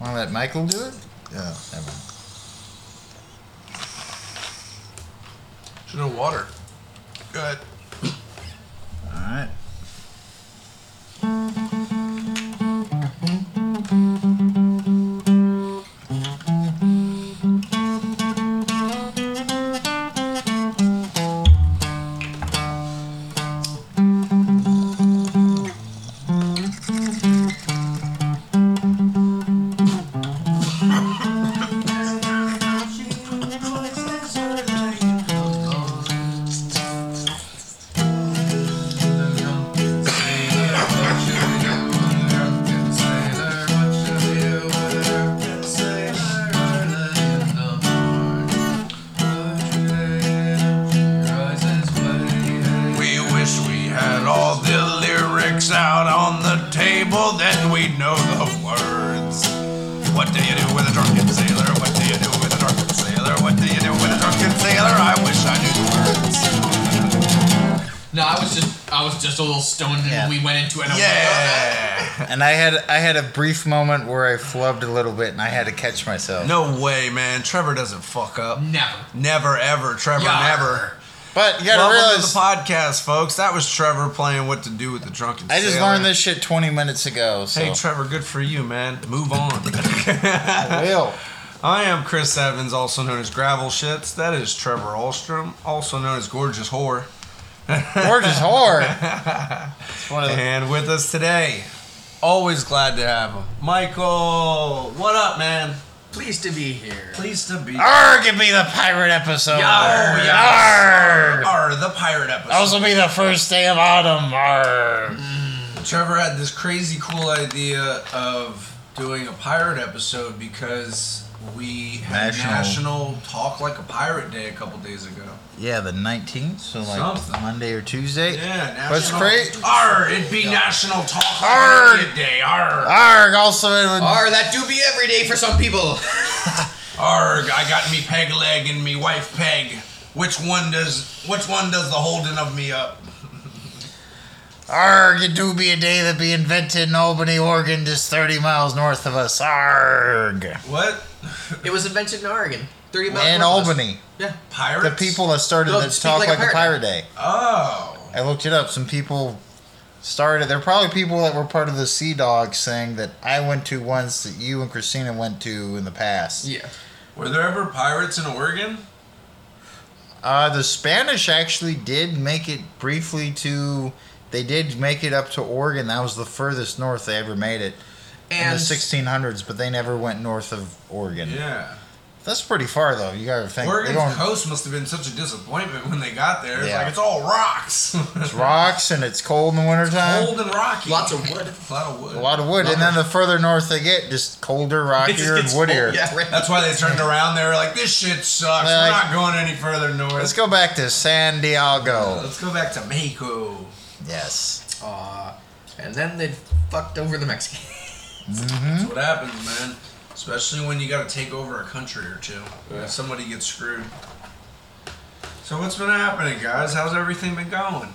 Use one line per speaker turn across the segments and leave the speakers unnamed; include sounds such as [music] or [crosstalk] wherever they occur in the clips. gonna let Michael do it? Oh,
Yeah.
Never mind.
There's no water. Go ahead.
All right.
We wish we had all the lyrics out on the table, then we'd know the words. What do you do with a drunken sailor? What do you do with a drunken sailor? What do you do with a drunken sailor? I wish I knew the words.
No, I was just I was just a little stoned and
Yeah.
we went into it. and I was like,
Yeah.
And I had I had a brief moment where I flubbed a little bit, and I had to catch myself.
No way, man. Trevor doesn't fuck up.
"Oh, never.
Never, ever, Trevor,
Yeah.
never.
But you gotta
Welcome
realize,
to the podcast, folks. That was Trevor playing "What to Do with the Drunken."
I just
Sailor.
learned this shit 20 minutes ago. So
Hey, Trevor, good for you, man. Move on.
Will.
[laughs] I am Chris Evans, also known as Gravel Shits. That is Trevor Alstrom, also known as Gorgeous Whore.
Gorgeous whore. [laughs] It's one of the-
And with us today, always glad to have him, Michael. What up, man?
Pleased to be here.
Pleased to be.
Arr, give me the pirate episode.
Arr, yes.
Arr.
Arr, the pirate episode.
Those will be the first day of autumn. Arr.
Trevor had this crazy cool idea of doing a pirate episode because we had
National-
National, Talk Like a Pirate Day a couple days ago.
Yeah, the 19th, so like
Something.
Monday or Tuesday.
Yeah, National.
That's great.
Arr, it'd be National Talk Like
Arr.
a Pirate Day. Arr.
Arg, also it would,
Or that do be every day for some people.
Arg, I got me peg leg and me wife peg. Which one does which one does the holding of me up?
arg, it do be a day that be invented in Albany, Oregon, just 30 miles north of us. Arg.
What?
[laughs] It was invented in Oregon. Thirty miles
In
north of us.
Albany.
Yeah.
Pirates?
The people that started
No,
this
Speak
Talk
Like a
Like a
Pirate.
Pirate Day.
Oh.
I looked it up. Some people started. They're probably people that were part of the Sea Dogs thing that I went to once that you and Christina went to in the past.
Yeah.
Were there ever pirates in Oregon?
Uh, the Spanish actually did make it briefly to. They did make it up to Oregon. That was the furthest north they ever made it in the
And
1600s, but they never went north of Oregon.
Yeah.
That's pretty far, though. You gotta think. They
Oregon's
don't,
coast must have been such a disappointment when they got there. It's
Yeah.
like it's all rocks.
[laughs] it's rocks and it's cold in the wintertime.
Cold and rocky.
lots of wood.
A [laughs] lot of wood.
A lot of wood, and then the further north they get, just colder, rockier, and
It's cold.
woodier.
Yeah, right.
That's why they turned around. They were like, "This shit sucks.
Like-
We're not going any further north.
Let's go back to San Diego.
Let's go back to Mexico."
Yes.
[laughs] Aw. and then they fucked over the Mexicans.
Hmm?
That's what happens, man. Especially when you got to take over a country or two. Somebody gets screwed. So what's been happening, guys? How's everything been going?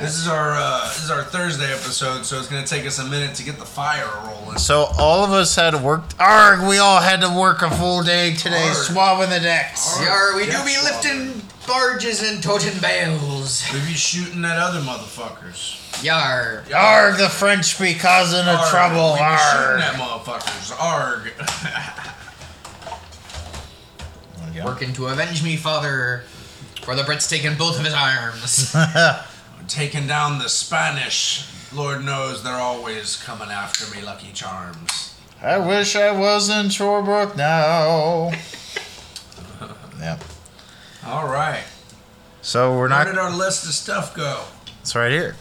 This is our uh, this is our Thursday episode, so it's gonna take us a minute to get the fire rolling.
So all of us had worked. Arg, we all had to work a full day today,
Arg.
swabbing the decks.
Arg.
Yeah, we do
Yes,
be
Father.
lifting barges and toting bales.
We be shooting at other motherfuckers.
Yar.
Arg, the French be causing a
Arg,
trouble.
We be shooting
Arg.
at motherfuckers. Arg.
Working to avenge me, father, for the Brits taking both of his [laughs] arms.
taking down the Spanish. Lord knows they're always coming after me, Lucky Charms.
I wish I was in Shorebrook
[laughs]
now. yep.
All right.
So we're
Where
not.
did our list of stuff go?
It's right here.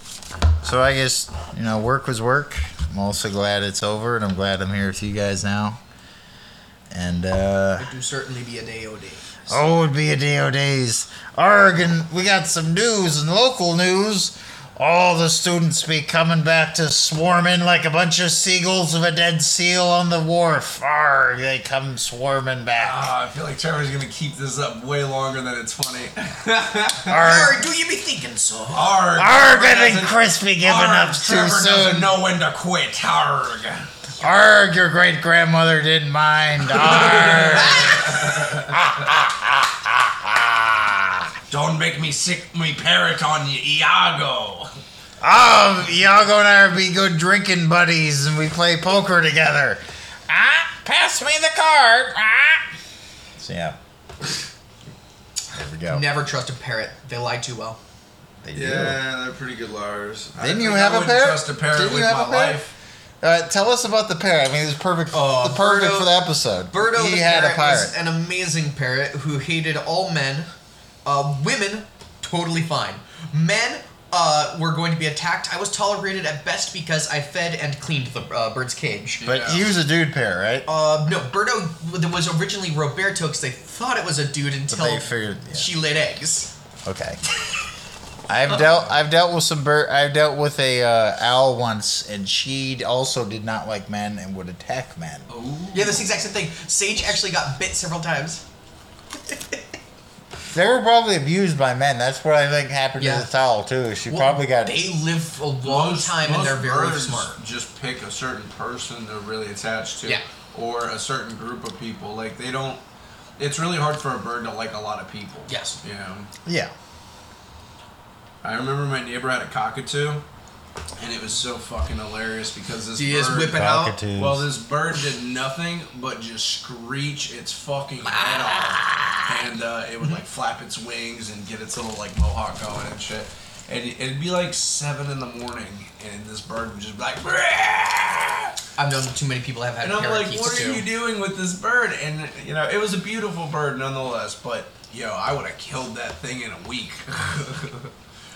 So I guess you know, work was work. I'm also glad it's over, and I'm glad I'm here with you guys now. And uh,
It do certainly be a day o' day.
Oh, it'd be a day of days. Oregon, we got some news and local news. All the students be coming back to swarm in like a bunch of seagulls of a dead seal on the wharf. Arg, they come swarming back.
Ah, I feel like Trevor's gonna keep this up way longer than it's funny.
Arg,
Yar, do you be thinking so?
Arg.
arg,
Trevor
I think
doesn't-
Crispy giving
Arg,
up too
Trevor doesn't
soon.
know when to quit. Arg.
Arg, your great grandmother didn't mind. Arg.
Don't make me sick, me parrot on you, Iago.
oh, Iago and I are be good drinking buddies, and we play poker together. Ah, pass me the card. Ah. So yeah, there we go.
Never trust a parrot. They lie too well.
They do.
Yeah, they're pretty good liars. I
Didn't
think
you
I
have a
wouldn't
parrot?
Trust a parrot
Didn't you
with
have
my
a parrot?
life.
Uh, tell us about the parrot. I mean, it was perfect.
Oh,
the perfect
Birdo-
for the episode.
Birdo
he
the
had
parrot
a pirate.
was an amazing parrot who hated all men. Uh, women, totally fine. Men uh, were going to be attacked. I was tolerated at best because I fed and cleaned the uh, bird's cage.
but
Yeah.
he was a dude parrot, right?
Uh, no, Birdo that was originally Roberto because they thought it was a dude until
they figured- yeah.
she laid eggs.
Okay. I've dealt. I've dealt with some bird. I've dealt with a uh, owl once, and she also did not like men and would attack men.
Yeah, this exact same thing. Sage actually got bit several times.
They were probably abused by men. That's what I think happened
Yeah.
to the owl too. She probably got.
They live a long
Most-
time and
most
they're very
birds
smart.
Just pick a certain person they're really attached to,
Yeah.
or a certain group of people. Like they don't. It's really hard for a bird to like a lot of people.
Yes.
You know?
yeah.
I remember my neighbor had a cockatoo, and it was so fucking hilarious because this
Do you
bird.
just whip it out?
Cockatoos.
Well, this bird did nothing but just screech its fucking head off, and uh, it would like flap its wings and get its little like mohawk going and shit. And it'd be like seven in the morning, and this bird would just be like, "Brrrr!"
I've known too many people have had
and I'm
parakeets
like, "What
too.
are you doing with this bird?" And you know, it was a beautiful bird nonetheless, but yo, I would have killed that thing in a week. [laughs]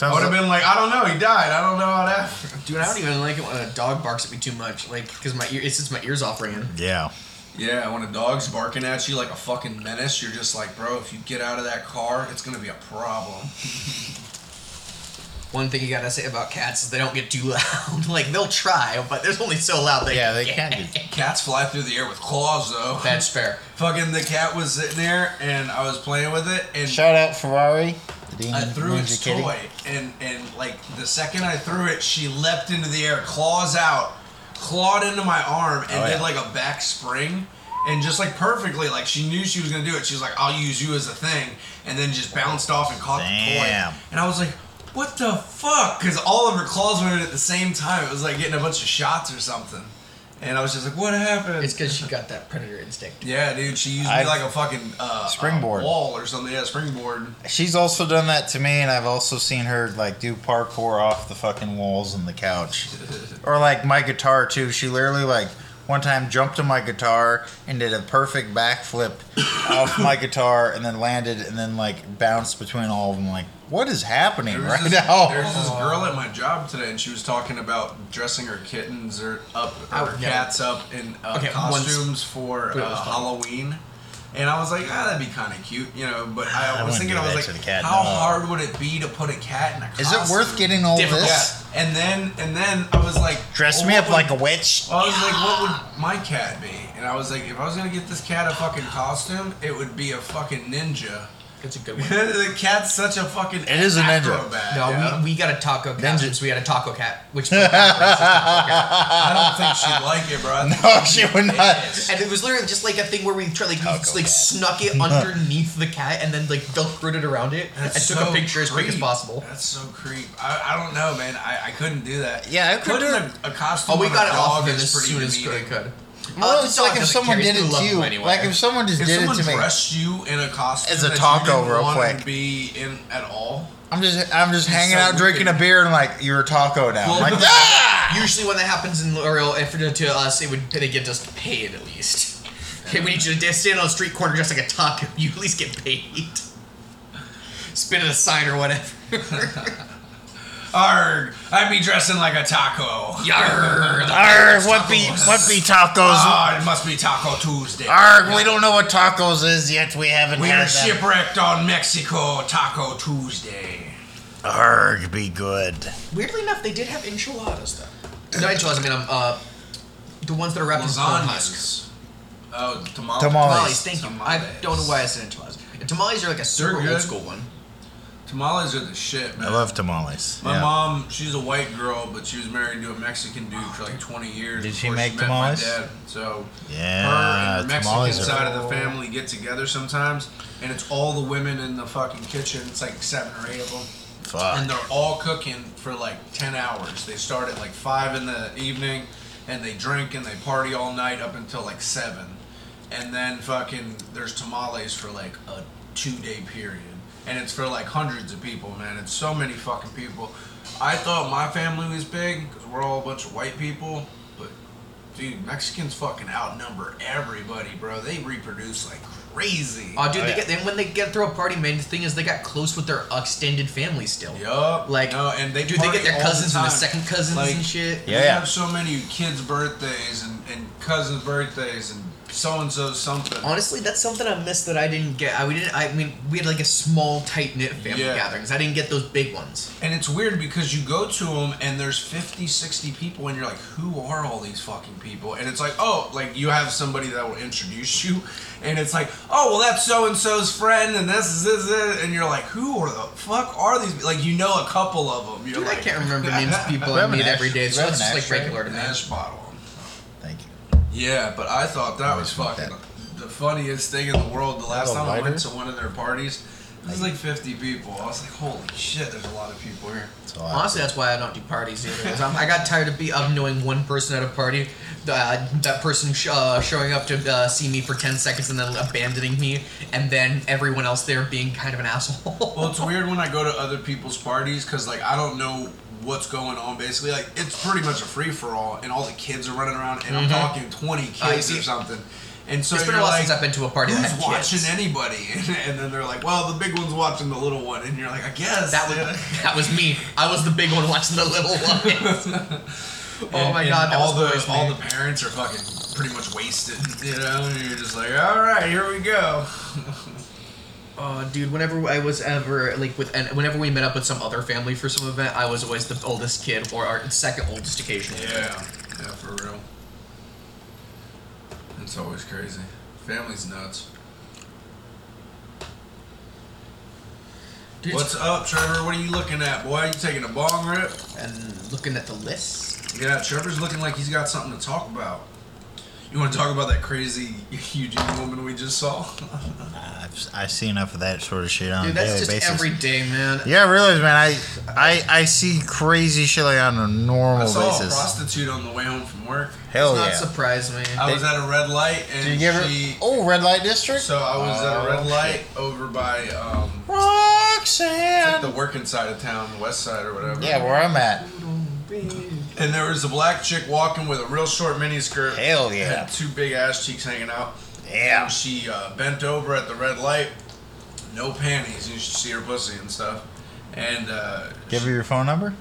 I
Sounds
would
like,
have been like, I don't know, he died. I don't know how that. happened."
Dude, I don't even like it when a dog barks at me too much, like because my ear, it sits my ears off ringing.
yeah.
Yeah, when a dog's barking at you like a fucking menace, you're just like, bro, if you get out of that car, it's gonna be a problem.
One thing you gotta say about cats is they don't get too [laughs] loud. like they'll try, but there's only so loud they
Yeah, they
get.
can be.
[laughs] Cats fly through the air with claws though.
That's fair.
fucking the cat was sitting there, and I was playing with it, and
Shout out Ferrari. the Dean
I threw
Ninja
its
Kitty.
toy, and and like the second I threw it, she leapt into the air, claws out, clawed into my arm, and
Oh,
did
yeah.
like a back spring, and just like perfectly, like she knew she was gonna do it. She was like, "I'll use you as a thing," and then just bounced off and caught
Damn.
the toy. And I was like, "What the fuck?" Because all of her claws went in at the same time. It was like getting a bunch of shots or something, and I was just like, "What happened?"
It's because she got that predator instinct.
yeah, dude, she used
I've-
me like a fucking uh,
Springboard.
uh, wall or something. Yeah, springboard.
She's also done that to me, and I've also seen her like do parkour off the fucking walls and the
[laughs]
couch, or like my guitar too. She literally like one time jumped on my guitar and did a perfect backflip [coughs] off my guitar, and then landed, and then like bounced between all of them. Like, what is happening
There was
right
this, There was
now?
this
Oh.
girl at my job today, and she was talking about dressing her kittens or up,
I
or
would never-
cats up in uh,
Oh, Okay, once.
costumes for
But it was
uh,
fun.
Halloween. And I was like, ah, that'd be kind of cute, you know. But I,
I
was
wouldn't
thinking,
do
I was
that
like,
to the cat,
how
no.
hard would it be to put a cat in a costume?
Is it worth getting all
Difficult.
this?
Yeah. And then, and then I was like,
Dress
well,
me
what
up
would-
like a [laughs] witch.
well, I was like, what would my cat be? And I was like, if I was gonna get this cat a fucking costume, it would be a fucking ninja. [laughs]
That's a good one.
the cat's such a fucking.
It is a ninja.
acrobat,
No,
you know?
we, we got a taco cat.
Ninja-
since We had a taco cat,
[laughs]
which and
I don't think she'd like it, bro. I think
[laughs] No,
she'd
Oh, she would
be
not.
pissed.
it was literally just like a thing where we tried like we,
Taco
just,
cat.
like
[laughs]
snuck it underneath the cat and then like velcroed it around it
That's
and took
so
a picture as quick as
creep.
possible.
That's so creep. I, I don't know, man. I, I couldn't do that.
Yeah, I could
Putting
do
a, a costume
Oh, we
on
got
a
it
dog
off of it
is
as
pretty
soon as we
demeaning.
could.
Well,
Uh,
it's
the
like
dog
if
doesn't
someone
care, he's
did
gonna
it
love
to you,
him anyway.
like if someone just
If
did it
someone
to me,
dressed you in a costume
As a
that
taco
you didn't
real
want
quick.
to be in at all,
I'm just I'm just
It's
hanging
so
out drinking a
weird.
beer and like you're a taco now.
Well,
I'm like,
but
ah!
Usually, when that happens in L'Oreal, if it- to us, it would they get us paid at least. Okay, we need you to stand on a street corner just like a taco. [laughs] You at least get paid. Spin at a sign or whatever.
arg, I'd be dressing like a taco.
[laughs] Yarr,
Arg,
the pirate's
what be
tacos.
what be tacos?
Ah, it must be Taco Tuesday.
Arg, we don't know what tacos is yet. We haven't
We
had
are
them.
shipwrecked on Mexico Taco Tuesday.
Arg, be good.
Weirdly enough, they did have enchiladas though. No enchiladas. I mean, um, uh, the ones that are wrapped in corn husk.
Lasagnas. Oh,
Tamales.
tamales.
Tamales. Thank you. I don't know why I said enchiladas. And tamales are like a super
good.
old school one.
Tamales are the shit, man.
I love tamales.
My
yeah.
mom, she's a white girl, but she was married to a Mexican dude for like 20 years.
Did she
before
make
met my
tamales?
dad. So
Yeah,
her and the Mexican
tamales are-
side of the family get together sometimes, and it's all the women in the fucking kitchen. It's like seven or eight of them, and
Fuck.
they're all cooking for like 10 hours. They start at like five in the evening, and they drink and they party all night up until like seven, and then fucking there's tamales for like a two day period, and it's for like hundreds of people, man. It's so many fucking people. I thought my family was big because we're all a bunch of white people, but Dude, Mexicans fucking outnumber everybody, bro. They reproduce like crazy.
Oh, dude,
Oh,
they
yeah.
get then when they get through a party, man. The thing is, they got close with their extended family still.
yup.
Like,
no, and they
dude, they
party
get their
all
cousins
the
and their
time.
second cousins
Like,
and shit.
We
Yeah, yeah.
have so many kids' birthdays and, and cousins' birthdays and so and so something.
Honestly, that's something I missed that I didn't get. I we didn't. I mean, we had like a small, tight knit family
Yeah.
gatherings. I didn't get those big ones.
And it's weird because you go to them and there's 50, 60 people, and you're like, who are all these fucking people? And it's like, oh, like you have somebody that will introduce you, and it's like, oh, well, that's so and so's friend, and this is this, this, and you're like, who are the fuck are these? Like, you know a couple of them. You're
Dude,
like,
I
[laughs]
can't remember names of people I
Lemon
meet
ash-
every day, so
lemon
it's just like
ash, right?
regular to
An
me.
ash bottle.
Thank you.
Yeah, but I thought that was
Always want
fucking the funniest thing in the world. The last
Have a
time I
lighter?
went to one of their parties, it was like 50 people. I was like, holy shit, there's a lot of people here.
That's all I-
Honestly, that's why I don't do parties either. 'cause I'm, I got tired of be of knowing one person at a party, uh, that person sh- uh, showing up to uh, see me for ten seconds and then abandoning me, and then everyone else there being kind of an asshole. [laughs]
Well, it's weird when I go to other people's parties because like I don't know what's going on. Basically, like it's pretty much a free for all, and all the kids are running around, and I'm talking 20 kids
Mm-hmm. I see.
or something. And so
it's been
you're
a while
like,
since I've been to a party that
who's
had
watching
kids.
anybody? [laughs] And, then they're like, well, the big one's watching the little one, and you're like, I guess
That was
[laughs]
that was me. I was the big one watching the little [laughs] one. oh
And-
my
and
god, that
all
was
the all the parents are fucking pretty much wasted, [laughs] you know. And you're just like, all right, here we go. [laughs]
Oh, dude, whenever I was ever like with, and whenever we met up with some other family for some event, I was always the oldest kid or our second oldest occasionally.
Yeah, yeah, for real. It's always crazy. Family's nuts.
Dude,
What's up, Trevor? What are you looking at, boy? You taking a bong rip?
and looking at the list.
Yeah, Trevor's looking like he's got something to talk about. You want to talk about that crazy [laughs] Eugene woman we just saw? [laughs]
I've, I see enough of that sort of shit on
Dude,
a daily
that's just
basis.
every day, man.
yeah, I realize, man. I, I I see crazy shit like on a
I
normal
saw a
basis.
prostitute on the way home from work.
Hell
Does not
yeah.
surprise me.
I was at a red light
Did
and
you give
she.
her? Oh, red light district.
So I was at a
Oh,
red
shit.
light over by um,
Roxanne.
the working side of town, west side or whatever.
yeah, where I'm at.
And there was a black chick walking with a real short miniskirt.
Hell
Had
yeah.
two big ass cheeks hanging out.
Yeah.
And she uh, bent over at the red light, no panties. You should see her pussy and stuff. And uh,
Give her your phone number.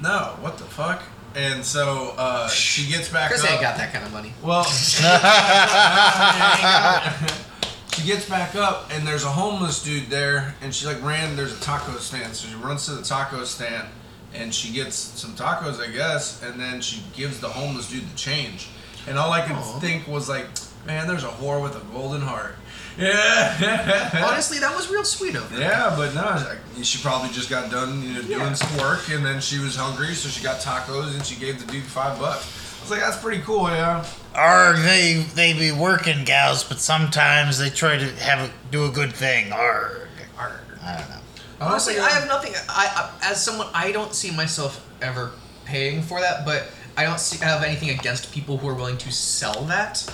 no, what the fuck? And so uh, she gets back
Chris
up.
ain't got that kind of money. [laughs]
Well, she gets back up and there's a homeless dude there, and she like ran. There's a taco stand, so she runs to the taco stand, and she gets some tacos, I guess, and then she gives the homeless dude the change. And all I could
Aw.
think was like, man, there's a whore with a golden
[laughs]
heart. Yeah.
Honestly, that was real sweet of her.
Yeah, but no, I- she probably just got done you know, doing
Yeah.
some work, and then she was hungry, so she got tacos, and she gave the dude five bucks. I was like, that's pretty cool, yeah.
Or they they be working gals, but sometimes they try to have a, do a good thing. Arg.
Arr.
I don't know.
Honestly,
Honestly, I have nothing. I, I as someone, I don't see myself ever paying for that, but I don't see, have anything against people who are willing to sell that.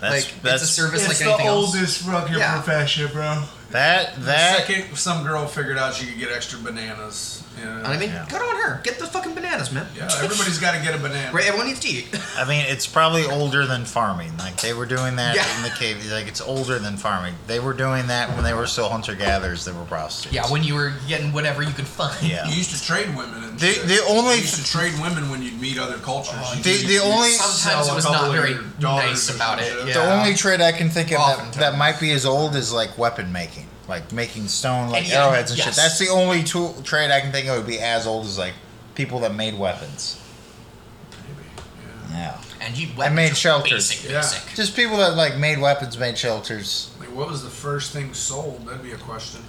That's
like
that's
it's a service
It's
like
the
anything else.
oldest fucking
Yeah.
profession, bro.
that that.
Second, some girl figured out she could get extra bananas. Yeah,
And I mean,
Yeah.
good on her. Get the fucking bananas, man.
yeah everybody's got to get a banana.
[laughs] Right, everyone needs
[laughs]
to eat.
I mean, it's probably older than farming. Like they were doing that
Yeah.
in the cave. Like it's older than farming. They were doing that when they were still hunter gatherers. They were prostitutes.
yeah, when you were getting whatever you could find.
Yeah.
You used to trade women. And
The-
shit.
the only-
you used to trade women when you'd meet other cultures.
Uh,
You
the-
could-
the
you'd
only-
sell
[laughs] Sometimes
a
it was
couple
not
of
very
your daughters
nice
or
about
some
it,
shit.
yeah.
The only trade I can think of that,
Oftentimes.
that might be as old as like weapon making, like making stone, like
And yeah,
arrowheads and shit.
yes.
That's the only tool trade I can think of would be as old as like people that made weapons. Yeah,
And you
I
went
made
to
shelters.
Basic,
Yeah.
basic.
just people that like made weapons, made shelters.
Like, what was the first thing sold? That'd be a question.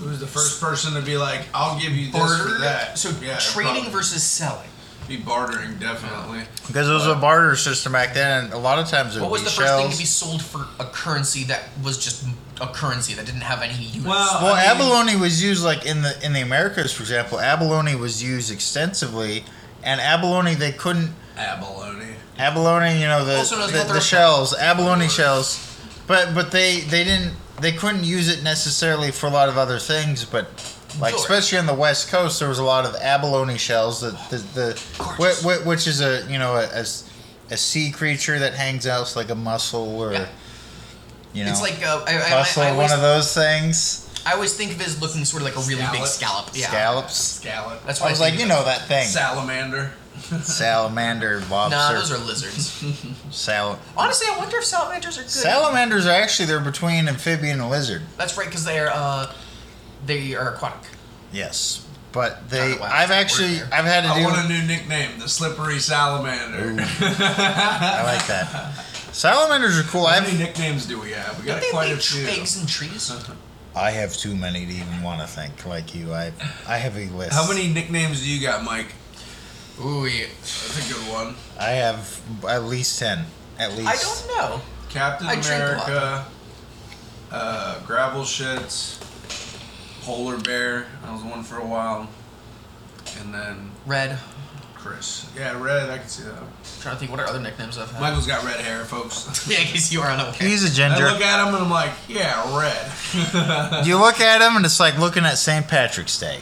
Who's the first person to be like, I'll give you this
Barter.
for that?
So
Yeah,
trading
probably
versus selling.
be bartering definitely.
Because it was a barter system back then, and a lot of times it
What
would
was
be
the first
shells.
thing to be sold for a currency that was just a currency that didn't have any use?
Well,
Well,
I mean-
abalone was used like in the in the Americas, for example. Abalone was used extensively, and abalone they couldn't
Abalone.
abalone. You know the
Also known as
the, the
mother-
shells, abalone shells, but but they they didn't they couldn't use it necessarily for a lot of other things, but. Like
Sure.
especially on the West Coast, there was a lot of abalone shells that the, the
Gorgeous.
which, which is a you know a, a s- a sea creature that hangs out like a mussel or
Yeah.
you know
it's like uh, I, I, I,
mussel,
I always,
one of those things
I always think of it as looking sort of like a really big
Scallop.
scallop. Yeah.
scallops.
Scallop.
That's what
I was like,
think
you
of
know
it.
that thing.
Salamander.
Salamander, lobster.
[laughs] Nah, those are
[laughs]
lizards.
sal-
Honestly, I wonder if salamanders are good.
salamanders are actually they're between amphibian and lizard.
That's right, because they're uh, they are aquatic.
Yes, but they.
Oh, wow.
I've actually
Word there.
I've had to
I
do.
want a new nickname, the Slippery Salamander. [laughs]
I like that. Salamanders are cool.
How
I've
many nicknames do we have? We got
They
quite
lay
a few.
eggs in trees.
I have too many to even want to think like you. I I have a list.
How many nicknames do you got, Mike?
Ooh, yeah.
That's a good one.
I have at least ten. At least.
I don't know.
Captain
I drink a lot.
America, uh, Gravel Shits, Polar Bear. I was one for a while. And then
Red.
Chris. Yeah, Red. I can see that.
I'm trying to think, what are other nicknames I've
[laughs]
had?
Michael's got red
[laughs]
hair, folks.
yeah, because you are on okay.
He's a
I
ginger.
look at him and I'm like, yeah, red. [laughs]
you look at him and it's like looking at St. Patrick's Day.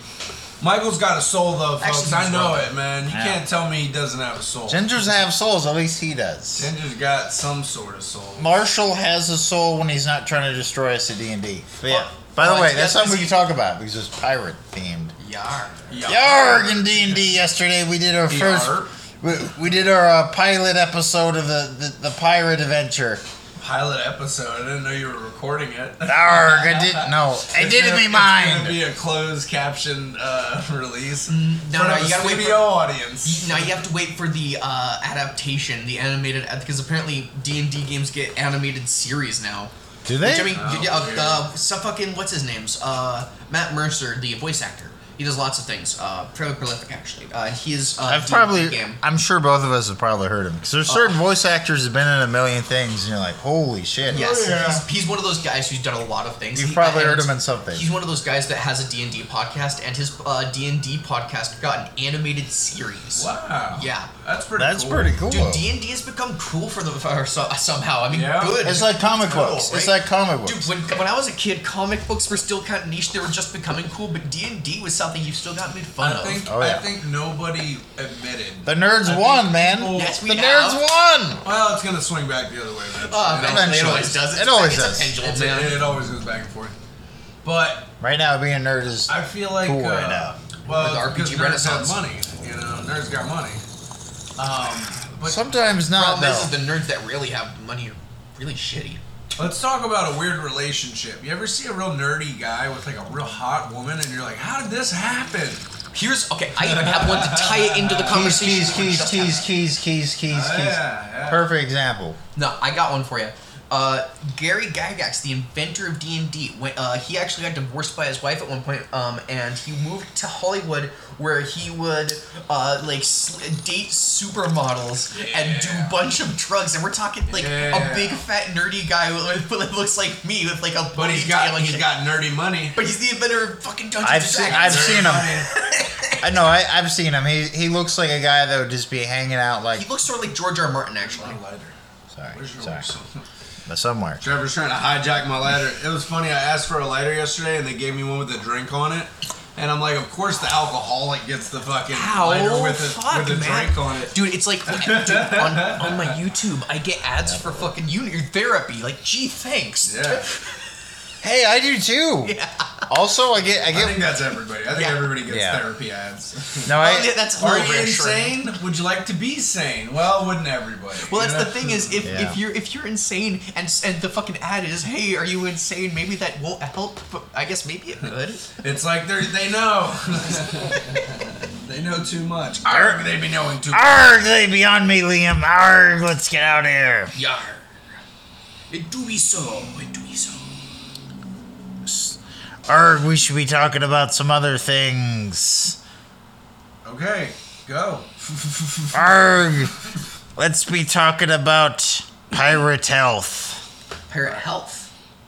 Michael's got a soul though, folks.
Actually,
I
he's
know
wrong.
it, man. You
Yeah.
can't tell me he doesn't have a soul.
Gingers have souls. At least he does.
Ginger's got some sort of soul.
Marshall has a soul when he's not trying to destroy us at D and D. Yeah. By the
well,
way,
it's-
that's
that's-
something we can talk about because it's pirate themed.
Yar.
Yarg in D and D yesterday we did our first
Yarg.
we, we did our uh, pilot episode of the, the, the pirate adventure.
Pilot episode. I didn't know you were recording
[laughs]
it.
Yarg, I did no, I
It's
did
gonna-
in
It's
my
gonna
mind.
be a closed caption uh, [laughs] release.
Mm, no,
for
no,
the
you gotta wait
studio
for- Mm,
audience.
You- Now you have to wait for the uh, adaptation, the animated, because apparently D and D games get animated series now.
Do
Which, I mean,
they?
Oh,
yeah, uh,
weird.
uh, some fucking what's his name's uh, Matt Mercer, the voice actor. He does lots of things. Uh, fairly prolific actually. Uh, and he is. Uh,
I've
D&D
probably,
game. Uh,
I'm sure both of us have probably heard him because there's certain voice actors have been in a million things, and you're like, holy shit.
Yes,
Oh, yeah.
he's, he's one of those guys who's done a lot of things.
You've
He-
probably
and
heard him in something.
He's one of those guys that has a D&D podcast, and his uh, D&D podcast got an animated series.
Wow.
mm. Yeah.
That's pretty.
that's
cool.
pretty cool.
Dude, D&D has become cool for the for so, somehow. I mean,
Yeah.
good.
It's like comic
Cool,
books. It's
right?
like comic books.
Dude, when, when I was a kid, comic books were still kind of niche. They were just becoming cool, but D and D was something you still got made fun
I think.
of.
Oh,
I
yeah.
think nobody admitted.
The nerds
I think
won, man.
people-
Yes, we
the
have.
nerds won.
Well, it's gonna swing back the other way, man. You
Oh,
know?
Eventually.
eventually, it always does. It's
It always
it's
does.
A pendulum,
It's-
man.
it, it always goes back and forth. But
Right now, being a nerd is
I feel like
Cool
uh,
right now.
Well,
With
it's
RPG
because nerds have
renaissance.
money. You know, nerds got money. Um, but
sometimes not.
Problem
Though.
is, is the nerds that really have money are really shitty.
Let's talk about a weird relationship. You ever see a real nerdy guy with like a real hot woman, and you're like, "How did this happen?"
Here's okay. I even have one to tie it into the
keys,
conversation.
keys,
we
keys,
just
keys,
had.
keys, keys, keys,
Ah,
keys.
yeah.
Perfect example.
No, I got one for you. Uh, Gary Gygax, the inventor of D and D, uh, he actually got divorced by his wife at one point, um, and he moved to Hollywood where he would uh, like sl- date supermodels and do
Yeah.
a bunch of drugs. And we're talking like
Yeah.
a big fat nerdy guy who who [laughs] looks like me with like a
But he's
ponytail
got
and
he's
shit.
got nerdy money.
But he's the inventor of fucking Dungeons
I've
and
seen-
Dragons.
I've seen him.
Money.
I know. I, I've seen him. He he looks like a guy that would just be hanging out like.
He looks sort of like George R. R. Martin, actually.
My lighter.
Sorry,
Where's your
sorry.
lighter?
But somewhere.
Trevor's trying to hijack my lighter. It was funny. I asked for a lighter yesterday, and they gave me one with a drink on it. And I'm like, of course the alcoholic gets the fucking
How
lighter with a,
fuck,
with a
man.
drink on it.
Dude, it's like dude, on, on my YouTube, I get ads for fucking uni- therapy. Like, gee, thanks.
Yeah,
Hey, I do too. Also, I get I
I think
get
that's everybody. I think
Yeah.
everybody gets
Yeah.
therapy ads.
no.
Oh, yeah,
I
that's a
Are
little
you
reassuring.
insane? Would you like to be sane? Well, wouldn't everybody?
Well,
you
that's the
know?
thing is, if,
Yeah.
if you're if you're insane and s- and the fucking ad is, hey, are you insane? Maybe that won't help, but I guess maybe
[laughs]
it could.
It's like they they know. [laughs] they know too much. they be knowing too much.
arg they beyond me, Liam. Arg, let's get out of here.
Yar. It do be so. It do be so.
Arg, we should be talking about some other things.
Okay, go. [laughs]
Arg, let's be talking about pirate health.
Parrot health.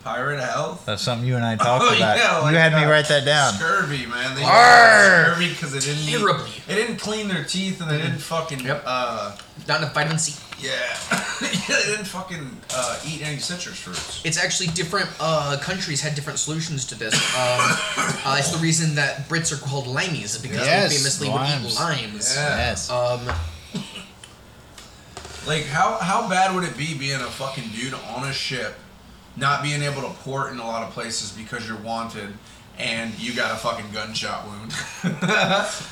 Pirate health.
That's something you and I talked
Oh,
about.
like,
you had me
uh,
write that down.
Scurvy, man. They
Arr!
got scurvy because they didn't. eat-
Terribly.
They didn't clean their teeth and they didn't fucking.
Mm-hmm. Yep.
Uh,
Not enough vitamin C.
yeah. [laughs] yeah. They didn't fucking uh, eat any citrus fruits.
It's actually different uh, countries had different solutions to this. Um, [coughs] uh, it's the reason that Brits are called limeys is because
Yes,
they famously would
limes.
eat limes.
Yeah.
Yes.
Um,
Like, how how bad would it be being a fucking dude on a ship, not being able to port in a lot of places because you're wanted, and you got a fucking gunshot wound? [laughs]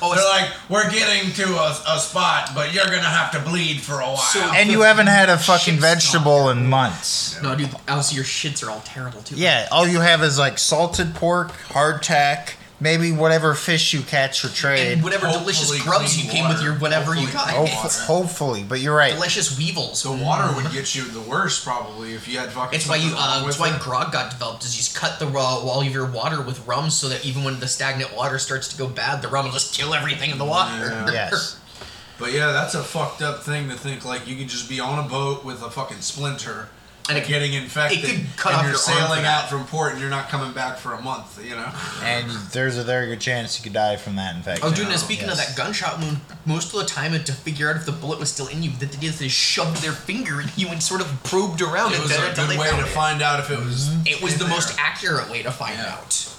oh, they're like, we're getting to a, a spot, but you're gonna have to bleed for a while.
So-
and you haven't had a fucking
Shit's
vegetable in months.
no, dude. Also, your shits are all terrible too.
Yeah, all you have is like salted pork, hardtack, maybe whatever fish you catch or trade.
And whatever
Hopefully
delicious grubs you
clean
came with
water.
your whatever you got.
Hopefully
Hopef-
clean water.
hopefully, but you're right.
[laughs] Delicious weevils.
The water would get you the worst probably if you had fucking.
It's why you.
something wrong
Uh,
with
it's why
it.
grog got developed. Is you just cut the raw wall of your water with rum, so that even when the stagnant water starts to go bad, the rum will just kill everything in the water.
Yeah.
Yes.
But yeah, that's a fucked up thing to think. Like you could just be on a boat with a fucking splinter and
And it-
getting infected.
it could cut
and
off
you're
your arm for
sailing
that.
out from port and you're not coming back for a month. You know.
And there's a very good chance you could die from that infection.
Oh, dude, now speaking of
Yes.
that gunshot wound, most of the time to figure out if the bullet was still in you, that they did is they shoved their finger in you and sort of probed around
It
it,
was
then
a
until
good
they
way
found
to
it.
find out if it was.
it was
in
the most
there.
accurate way to find
Yeah.
out.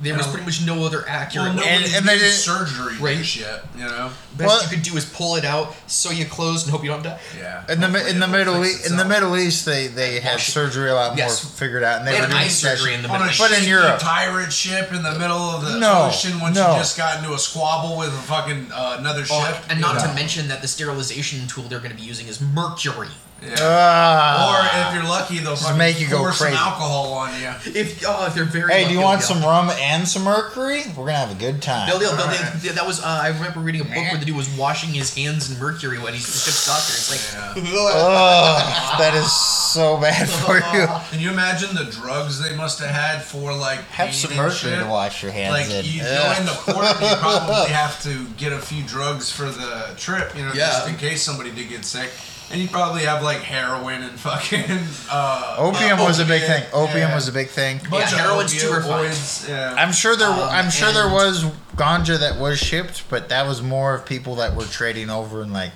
There was
And-
pretty much no other accurate
Well,
way.
and,
and
and
they
they did
didn't-
surgery
Right.
and shit. You know.
Best
Well-
you could do is pull it out, sew you closed, and hope you don't die.
Yeah.
In the
Hopefully
in the
it'll
Middle
fix
East, in the
itself.
Middle East, they they have
shit.
surgery a lot more
Yes.
figured out, and they,
They
were
had
doing
eye
that
surgery
shit.
in the
On
Middle
a
East.
But in
shaky
Europe.
pirate ship in the middle of the
No,
ocean, once
no.
you just got into a squabble with a fucking uh, another ship,
Oh, and not
Yeah.
to mention that the sterilization tool they're going to be using is mercury.
Yeah. Or
Ah.
if you're lucky, they'll fucking
make you go
pour
crazy.
some alcohol on you.
If oh, if they're very.
hey, do you
lucky,
want
they'll-
some rum and some mercury? We're gonna have a good time.
They'll, they'll, they'll,
Alright.
they'll- that was uh, I remember reading a book where the dude was washing his hands in mercury [laughs] when he's the ship's doctor. It's like
Yeah.
Ugh, that is so bad for you.
[laughs]
Can you imagine the drugs they must have had for like
Have
pain
some
and
mercury
shit?
to wash your hands
Like
in.
you
Ugh.
go in the port,
[laughs]
you probably have to get a few drugs for the trip, you know,
Yeah.
just in case somebody did get sick. And you probably have like heroin and fucking uh,
[laughs] Opium
uh,
was a big
opiate.
thing. Opium
Yeah.
was a big thing.
bunch
Yeah,
of
heroin's too refined.
opioids, Yeah.
I'm sure there.
Um,
I'm sure there
and-
was ganja that was shipped, but that was more of people that were trading over in like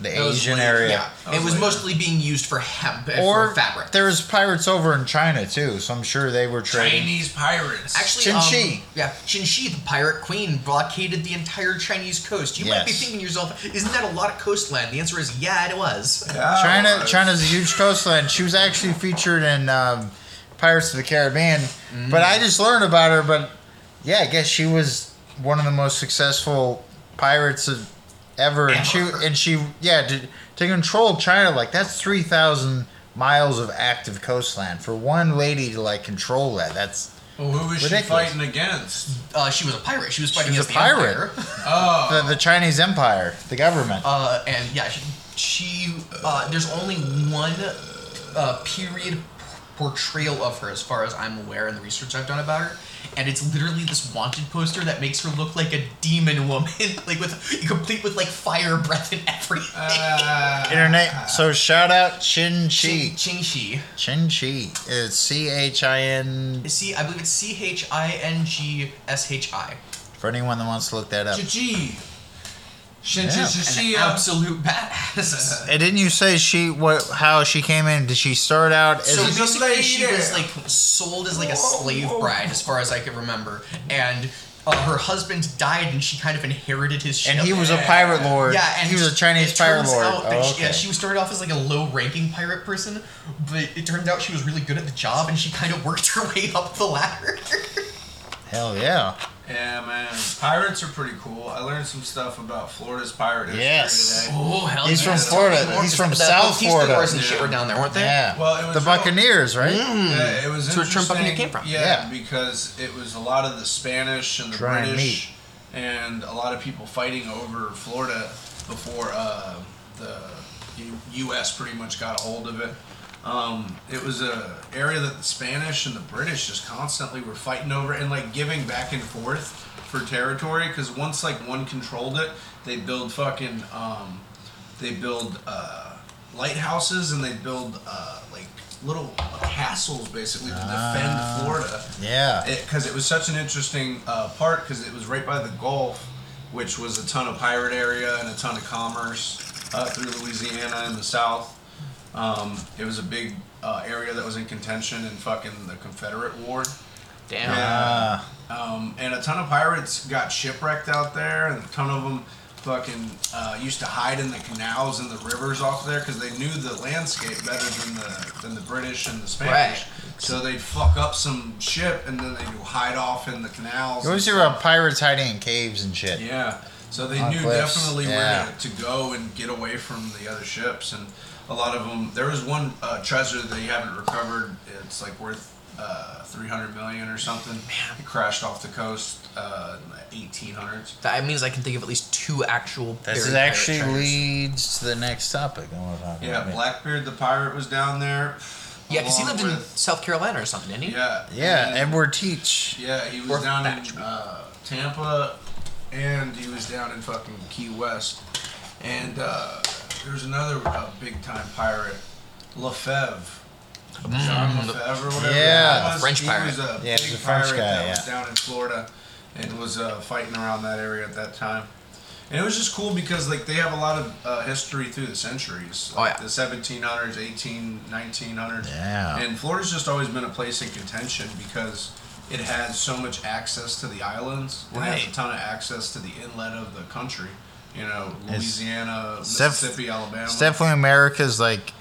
the
That was
Asian
later.
area.
yeah,
That
it
was
was
later.
mostly being used for hemp or
Or
for fabric.
there was pirates over in China too, so I'm sure they were trading.
Chinese pirates.
Actually,
Qin
um,
Shi.
yeah, Qin Shi, the pirate queen, blockaded the entire Chinese coast. You might be
Yes.
thinking to yourself, isn't that a lot of coastland? The answer is, yeah, it was.
Yeah,
China,
well,
China's a huge coastline. She was actually featured in um, Pirates of the Caribbean, but I just learned about her. But yeah, I guess she was one of the most successful pirates of, ever, and she
Ever.
and she yeah to, to control China like that's three thousand miles of active coastline for one lady to like control that. That's
Well, who was she
Ridiculous.
fighting against?
Uh, she was a pirate. She was fighting
was a
against the
pirate.
Empire.
Oh,
the, the Chinese Empire, the government.
Uh, and yeah, she, she uh, there's only one uh, period portrayal of her, as far as I'm aware, in the research I've done about her. And it's literally this wanted poster that makes her look like a demon woman, [laughs] like with complete with like fire breath and everything.
uh,
Internet. So shout out Chin
Ching
Chi.
Ching Shi.
Chin Chi. It's C H I N.
See, I believe it's C H I N G S H I.
For anyone that wants to look that up.
Chi-chi. Shin-
Yeah.
shin- shin-
An
shin-
absolute badass. [laughs]
And didn't you say she what? How she came in? Did she start out as?
So
She's a
basically,
slave
she
there.
was like sold as like a
Whoa,
slave
whoa.
bride, as far as I can remember. And uh, her husband died, and she kind of inherited his ship.
and he was a pirate lord.
yeah, and
he was a Chinese
it
pirate
turns
lord.
Out that
Oh,
she, yeah,
okay.
she started off as like a low-ranking pirate person, but it turned out she was really good at the job, and she kind of worked her way up the
[laughs]
ladder.
Hell yeah!
Yeah, man. Pirates are pretty cool. I learned some stuff about Florida's pirate history
Yes.
today.
oh hell!
He's
yeah.
from Florida. He's from South Florida.
Wars and shit were down there, weren't they?
Yeah.
Well, it was
the
real- Mm-hmm.
Buccaneers, right?
Yeah, it was
So where Trump
interesting.
Buccaneer came from.
Yeah.
Yeah, because it was a lot of the Spanish and the
Dry meat.
British, and a lot of people fighting over Florida before uh, the U- U.S. pretty much got a hold of it. Um, it was a area that the Spanish and the British just constantly were fighting over and like giving back and forth for territory. Because once like one controlled it, they build fucking um, they build uh, lighthouses and they build uh, like little uh, castles basically to defend Florida
Yeah.
because it, was such an interesting uh, part because it was right by the Gulf, which was a ton of pirate area and a ton of commerce uh, through Louisiana and the South. Um, it was a big uh, area that was in contention in fucking the Confederate War.
Damn.
Ah.
Um, and a ton of pirates got shipwrecked out there, and a ton of them fucking uh, used to hide in the canals and the rivers off there because they knew the landscape better than the than the British and the Spanish.
Right.
So they'd fuck up some ship, and then they'd hide off in the canals.
You always hear about uh, pirates hiding in caves and shit.
Yeah. So they
On
knew
cliffs,
definitely
yeah.
where to, to go and get away from the other ships, and a lot of them. There was one uh, treasure that you haven't recovered. It's like worth uh, three hundred million or something. It crashed off the coast uh, in the eighteen hundreds.
That means I can think of at least two actual.
This
buried pirate
actually
treasures.
leads to the next topic. I wanna talk
Yeah,
about it.
Blackbeard the pirate was down there.
Oh, Yeah, because he
along
lived in
with-
South Carolina or something, didn't he?
Yeah.
Yeah,
and-
Edward Teach.
Yeah, he was
Or
down
Thatcher.
in uh, Tampa, and he was down in fucking Key West. And uh, there's another uh, big time pirate, Lefebvre. John Lefebvre, or whatever.
Mm, Yeah.
he was.
French
he
pirate.
was a
Yeah,
big
he was a French
pirate
guy,
that was
yeah.
down in Florida, and was uh, fighting around that area at that time. And it was just cool because like they have a lot of uh, history through the centuries,
Oh,
like
yeah.
the 1700s, 18, 1900s.
Yeah.
And Florida's just always been a place in contention because it has so much access to the islands. and It has
Right.
a ton of access to the inlet of the country. You know,
It's-
Louisiana,
It's def-
Mississippi, Alabama.
It's definitely America's like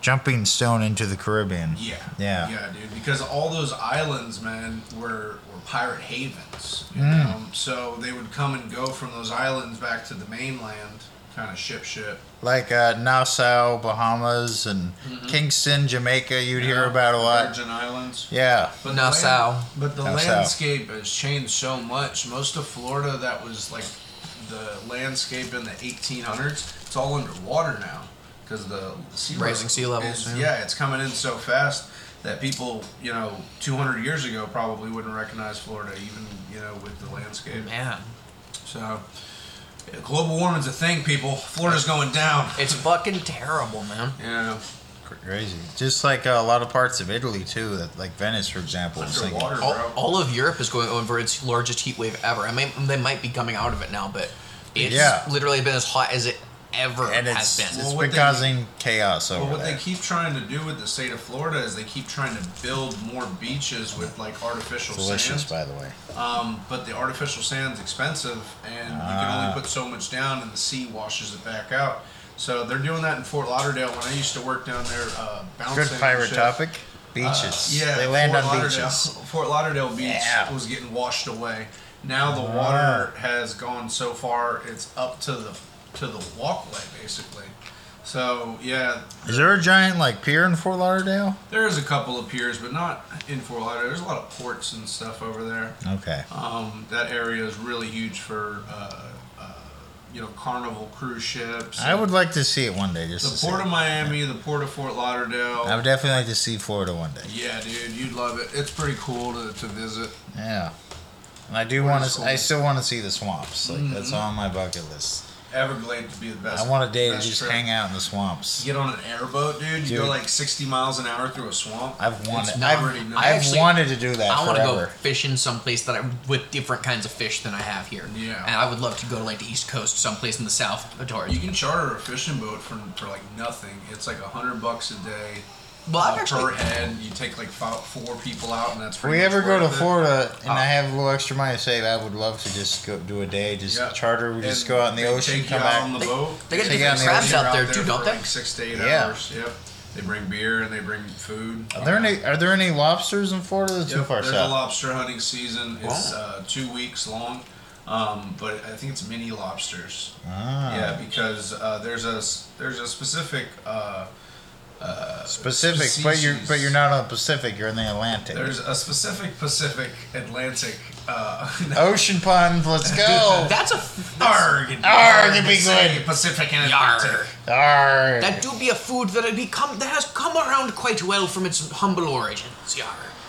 jumping stone into the Caribbean.
Yeah.
Yeah.
Yeah, dude. Because all those islands, man, were were pirate havens. You
Mm.
know? So they would come and go from those islands back to the mainland, kind of ship ship.
Like uh, Nassau, Bahamas, and Kingston, Jamaica, you'd hear about a lot.
Mm-hmm. Virgin Islands.
Yeah.
But
Now
the
Sal.
land- but the
Now Sal.
landscape has changed so much. Most of Florida that was like the landscape in the 1800s, it's all underwater now because the sea
Rising sea levels,
Is,
yeah.
yeah, it's coming in so fast that people, you know, 200 years ago probably wouldn't recognize Florida, even you know, with the landscape.
Man,
So, yeah, global warming's a thing, people. Florida's going down.
it's fucking terrible, man.
Yeah,
Cr- Crazy. Just like uh, a lot of parts of Italy too, that like Venice, for example. is like-
underwater,
All,
bro.
all of Europe is going over its largest heat wave ever. I mean, they might be coming out of it now, but it's
Yeah.
literally been as hot as it ever
and
has
it's,
been.
it's
Well,
been
what they-
causing chaos over
Well, what
there.
they keep trying to do with the state of Florida is they keep trying to build more beaches with like artificial
Delicious,
sand.
by the way.
Um, but the artificial sand's expensive, and you can
Ah.
only put so much down, and the sea washes it back out. So they're doing that in Fort Lauderdale. When I used to work down there, uh, bouncing.
Good
and
pirate
shit.
topic.
Uh,
Beaches.
yeah,
They land
Fort
on
Lauderdale-
beaches.
[laughs] Fort Lauderdale beach
Yeah. Ah.
was getting washed away. Now the water has gone so far; it's up to the to the walkway, basically. So yeah,
Is there a giant like pier in Fort Lauderdale?
There is a couple of piers, but not in Fort Lauderdale. There's a lot of ports and stuff over there.
Okay.
Um, that area is really huge for, uh, uh, you know, carnival cruise ships.
I would like to see it one day. Just
The
to see
port
it.
of Miami, the port of Fort Lauderdale.
I would definitely like to see Florida one day.
yeah, dude, you'd love it. It's pretty cool to, to visit.
Yeah. And I do want
Florida's
to. I
cool. Mm-hmm.
still want to see the swamps. Like that's on my bucket list.
Everglades would be the best.
I want a day to
best
just
trip.
hang out in the swamps.
Get on an airboat, dude. You
Dude.
go like 60 miles an hour through a swamp.
I've wanted.
not
I've,
really nice.
I've
I actually-
wanted to do that
I want to go
forever.
fishing someplace that I with different kinds of fish than I have here.
Yeah.
and I would love to go to like the East Coast, someplace in the South, towards.
You can charter a fishing boat for, for like nothing. It's like a hundred bucks a day.
well, I've
Oh,
uh,
actually
per head. You take like five, four people out, and that's.
If we
pretty
ever
much
go to
worth it.
Florida and I
Oh.
have a little extra money to save, I would love to just go do a day, just
Yeah.
charter. We just
And
go out in the
they
ocean,
take
come
you out on
back.
the
They-
boat.
they got
Take
different
you out on the
crabs
ocean.
out there
You're
too,
for,
don't they?
Like six to eight
Yeah.
hours. Yep. They bring beer and they bring food.
Are there any? Are there any lobsters in Florida? That's too
Yep,
far
There's a
south.
lobster hunting season. It's uh, two weeks long, um, but I think it's mini lobsters.
Ah,
Yeah, because uh, there's a s- there's a specific. Uh,
Pacific, but you're but
species.
you're not on the Pacific. You're in the Atlantic.
there's a specific Pacific Atlantic. Uh, [laughs]
ocean puns. Let's go.
[laughs] that's a
Arg,
Arg, it'd be
Pacific-
good.
Pacific and
Yarr.
Atlantic.
Arr.
that do be a food that it become that has come come around quite well from its humble origins, Yar.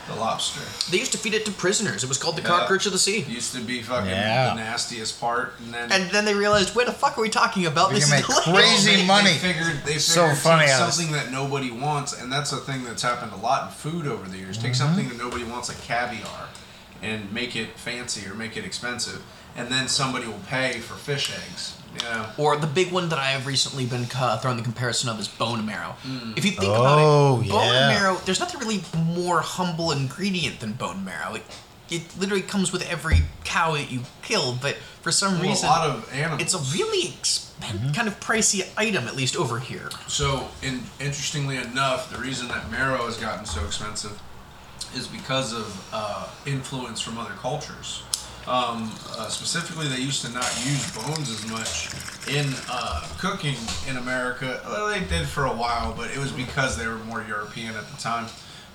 The lobster
They used to feed it to prisoners. It was called the
Yeah.
cockroach of the sea.
used to be fucking
Yeah.
the nastiest part, and then
And then they realized, where the fuck are we talking about?
We
this
can
is
make
delicious."
crazy
they,
money.
They figured they figured
So funny
take
how this-
something that nobody wants, and that's a thing that's happened a lot in food over the years.
Mm-hmm.
Take something that nobody wants, like caviar, and make it fancy or make it expensive, and then somebody will pay for fish eggs. You know,
Or the big one that I have recently been uh, throwing the comparison of is bone marrow.
Mm.
If you think
Oh,
about it, bone
yeah.
marrow, there's nothing really more humble ingredient than bone marrow. It, it literally comes with every cow that you kill, but for some
Well,
reason,
a lot of animals.
it's a really expen-
Mm-hmm.
kind of pricey item, at least over here.
So, in, interestingly enough, the reason that marrow has gotten so expensive is because of uh, influence from other cultures. Um, uh, specifically, they used to not use bones as much in uh, cooking in America. Well, they did for a while, but it was because they were more European at the time.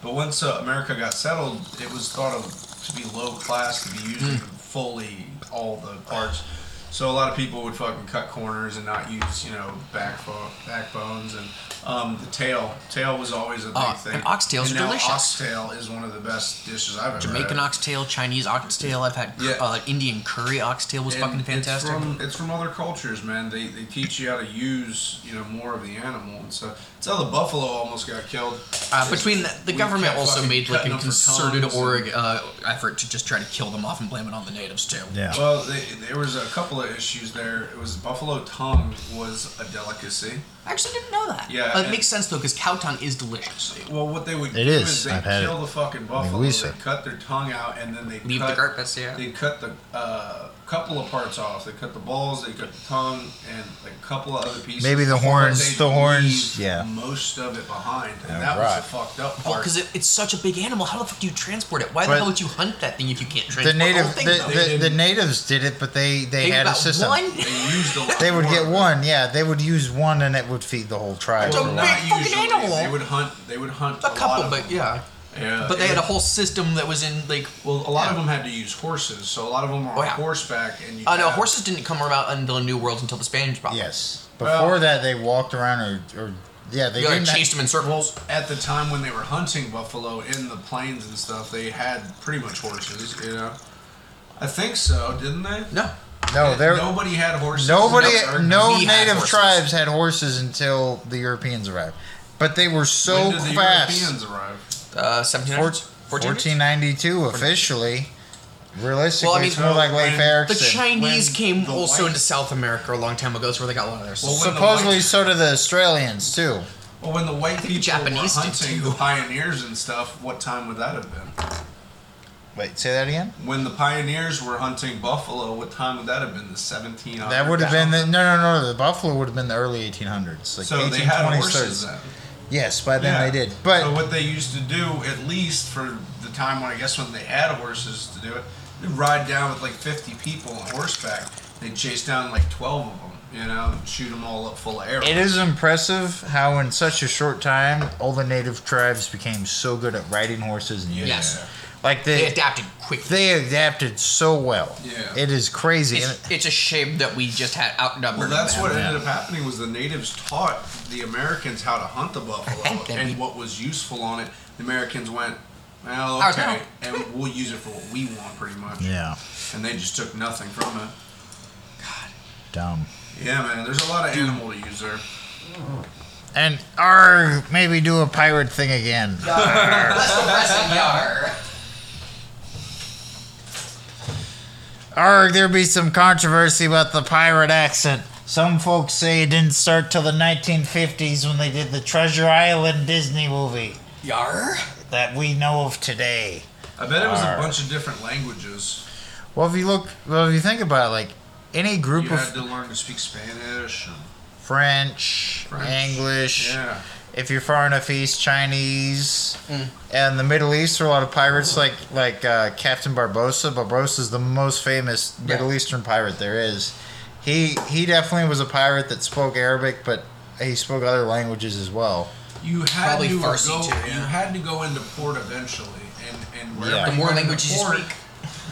But once uh, America got settled, it was thought of to be low class to be using
Hmm.
fully all the parts. So a lot of people would fucking cut corners and not use, you know, backbone, backbones and um, the tail. Tail was always a big
Oh,
thing.
and oxtails
And
are
now
delicious.
Oxtail is one of the best dishes I've ever
Jamaican
had.
oxtail, Chinese oxtail. I've had
Yeah.
uh, Indian curry oxtail was
And
fucking fantastic.
It's from, it's from other cultures, man. They, they teach you how to use you know more of the animal and stuff. It's how the buffalo almost got killed.
Uh, between the, the
We
government
kept
also
fucking
made like
cutting
a
them for
concerted
tongues
org
and-
uh, effort to just try to kill them off and blame it on the natives too.
Yeah.
Well, they, there was a couple of issues there. It was buffalo tongue was a delicacy.
I actually didn't know that.
Yeah,
Uh, it
and-
makes sense though because cow tongue is delicious.
Well, what they would
It
do
is.
is, they
I've had
kill
it.
the fucking buffalo,
Louisa.
they cut their tongue out, and then they
Leave the
cut,
carcass, yeah.
They cut the uh, couple of parts off. They cut the balls, they cut the tongue, and like a couple of other pieces.
Maybe the
But
horns,
they'd
the horns,
leave
yeah.
Most of it behind, and
Yeah,
that
right.
was the fucked up
Well,
part.
because it, it's such a big animal, how the fuck do you transport it? Why the
But-
hell would you hunt that thing if you can't transport
The native,
whole thing? though?
the, the, the
didn't-
natives did it, but they they
Maybe
had a
about
system.
One.
they used a lot
They would
more
get
of it.
one, yeah. They would use one, and it would feed the whole tribe.
It's a
for a while.
Well, not
big fucking
usually.
animal.
They would hunt. They would hunt
[laughs] A couple,
lot of
but
them.
yeah.
yeah.
But they had
it-
a whole system that was in like.
Well, a lot of
Yeah.
them had to use horses, so a lot of them were on
Oh, yeah.
horseback. And you
Oh no,
had-
horses didn't come around until the New World until the Spanish brought. them.
Yes.
Well-
Before that, they walked around or, or yeah, they
You like,
didn't have-
chased them in circles.
at the time when they were hunting buffalo in the plains and stuff, they had pretty much horses, you know. I think so, didn't they?
No.
no, there
nobody had horses.
nobody, no
We had
native
horses.
tribes had horses until the Europeans arrived, but they were so
When did the
fast.
Europeans arrive?
Uh, 1700s?
Four-
1400s?
1492 officially. Realistically,
Well, I mean,
it's more like
when
Leif
the
The
Erikson.
Chinese
When
came
the
also
white-
into South America a long time ago. That's where they got a lot of their
Well,
stuff.
when the
Supposedly,
white-
so do the Australians too.
well, when the white
think
people
Japanese
were
did
hunting
too.
the pioneers and stuff, what time would that have been?
Wait, say that again.
When the pioneers were hunting buffalo, what time would that have been? The 1700s.
That would have been the no, no, no. The buffalo would have been the early 1800s, like
So they
1820s.
had horses
30s.
then.
Yes, by then
Yeah.
they did. But
so what they used to do, at least for the time when I guess when they had horses to do it, they'd ride down with like 50 people on horseback. They'd chase down like 12 of them, you know, and shoot them all up full of arrows.
It is impressive how, in such a short time, all the native tribes became so good at riding horses and using
Yes.
them. Like
They
they,
adapted quickly.
they adapted so well.
Yeah.
It is crazy. And
It's, it's a shame that we just had
Well,
outnumbered.
that's
them.
what
Yeah.
ended up happening was the natives taught the Americans how to hunt the
[laughs]
think
buffalo
that we-
and what was useful on it. The Americans went, well,
Ours
okay,
now."
and we'll use it for what we want, pretty much.
yeah.
And they just took nothing from it.
Dumb.
Yeah, man, there's a lot
Hmm.
of animal to use there.
And or maybe do a pirate thing again.
Less oppressive, yar.
Arg, there be some controversy about the pirate accent. Some folks say it didn't start till the 1950s when they did the Treasure Island Disney movie
Yar.
that we know of today.
I bet it was
Arr.
a bunch of different languages.
Well, if you look, well, if you think about it, like any group
You
of
had to learn to speak Spanish. And,
French,
French.
English.
yeah. Mm.
If you're far enough east, Chinese, and the Middle East, there are a lot of pirates like like uh, Captain Barbosa. Barbosa is the most famous Middle Eastern pirate there is. He he definitely was a pirate that spoke Arabic, but he spoke other languages as well.
You had
Probably
to
Farsi
go.
too, yeah.
You had to go into port eventually, and and wherever
Yeah. The
you
more
went into
languages you
port,
speak.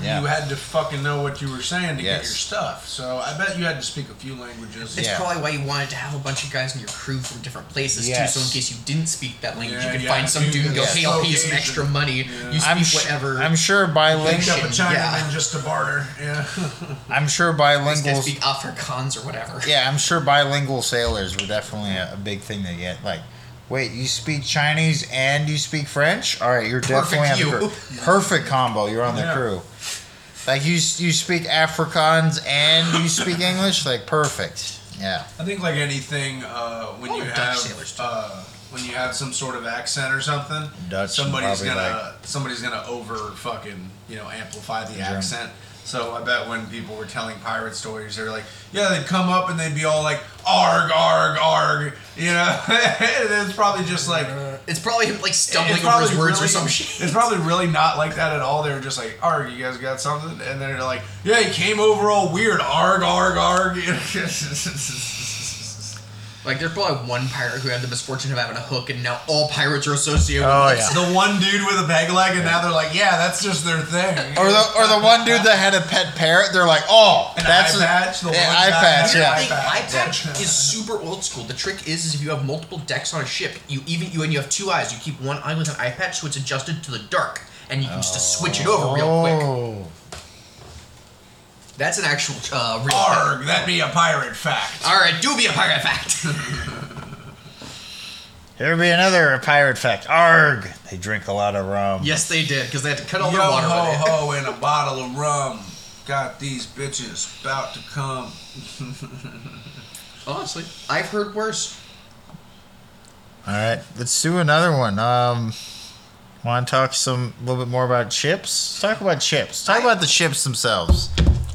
Yeah.
you had to fucking know what you were saying to get
Yes.
your stuff. So I bet you had to speak a few languages.
It's
Yeah.
probably why you wanted to have a bunch of guys in your crew from different places
Yes.
too, so in case you didn't speak that language,
Yeah,
you could
yeah,
find some
dude,
dude and go,
that's
"Hey, I'll pay you some
location.
extra money. You speak
I'm, sh-
whatever."
I'm sure
Picked
bilingual.
up a Chinaman
Yeah.
just to barter. Yeah.
I'm sure
These guys
bilingual.
speak Afrikaans or whatever.
Yeah, I'm sure bilingual sailors were definitely a, a big thing to get. Like, wait, you speak Chinese and you speak French? All right, you're definitely
Perfect
on the
you.
crew. Perfect combo. You're on the
Yeah.
crew. Like you, s- you speak Afrikaans and you speak English. Like perfect. Yeah.
I think like anything, uh, when
All
you
the Dutch
have
sailors do.
uh, when you have some sort of accent or something,
Dutch and
somebody's
probably,
gonna somebody's gonna over fucking you know amplify the
German.
accent. So I bet when people were telling pirate stories, they're like, yeah, they'd come up and they'd be all like, arg, arg, arg, you know. [laughs] and it's probably just like
It's probably him like stumbling
it's
over his
probably
words or
really- [laughs]
some shit.
It's probably really not like that at all. They were just like, arg, you guys got something? And then they're like, yeah, he came over all weird, arg, arg, arg. [laughs]
Like there's probably one pirate who had the misfortune of having a hook, and now all pirates are associated.
Oh,
with it.
yeah.
[laughs] the one dude with a bag leg, and now they're like, yeah, that's just their thing.
Or the or the one dude that had a pet parrot. They're like, oh,
An
that's
eye
a-
patch, the
yeah,
one
eye
guy
patch.
had an
Yeah.
eye
thing,
iPad.
iPad
Yeah.
is super old school. The trick is, is if you have multiple decks on a ship, you even you and you have two eyes. You keep one eye with an eye patch, so it's adjusted to the dark, and you can just switch it over real quick.
Oh.
That's an actual uh, real. thing.
arg, that be a pirate fact.
All right, do be a pirate fact. [laughs]
Here be another pirate fact. Arg. They drink a lot of rum.
yes, they did because they had to cut all
Yo
their water.
ho
[laughs]
with it.
ho and a bottle of rum. Got these bitches about to come.
Honestly, I've heard worse.
All right, let's do another one. Um, want to talk some a little bit more about chips? Talk about chips. Talk about the chips themselves.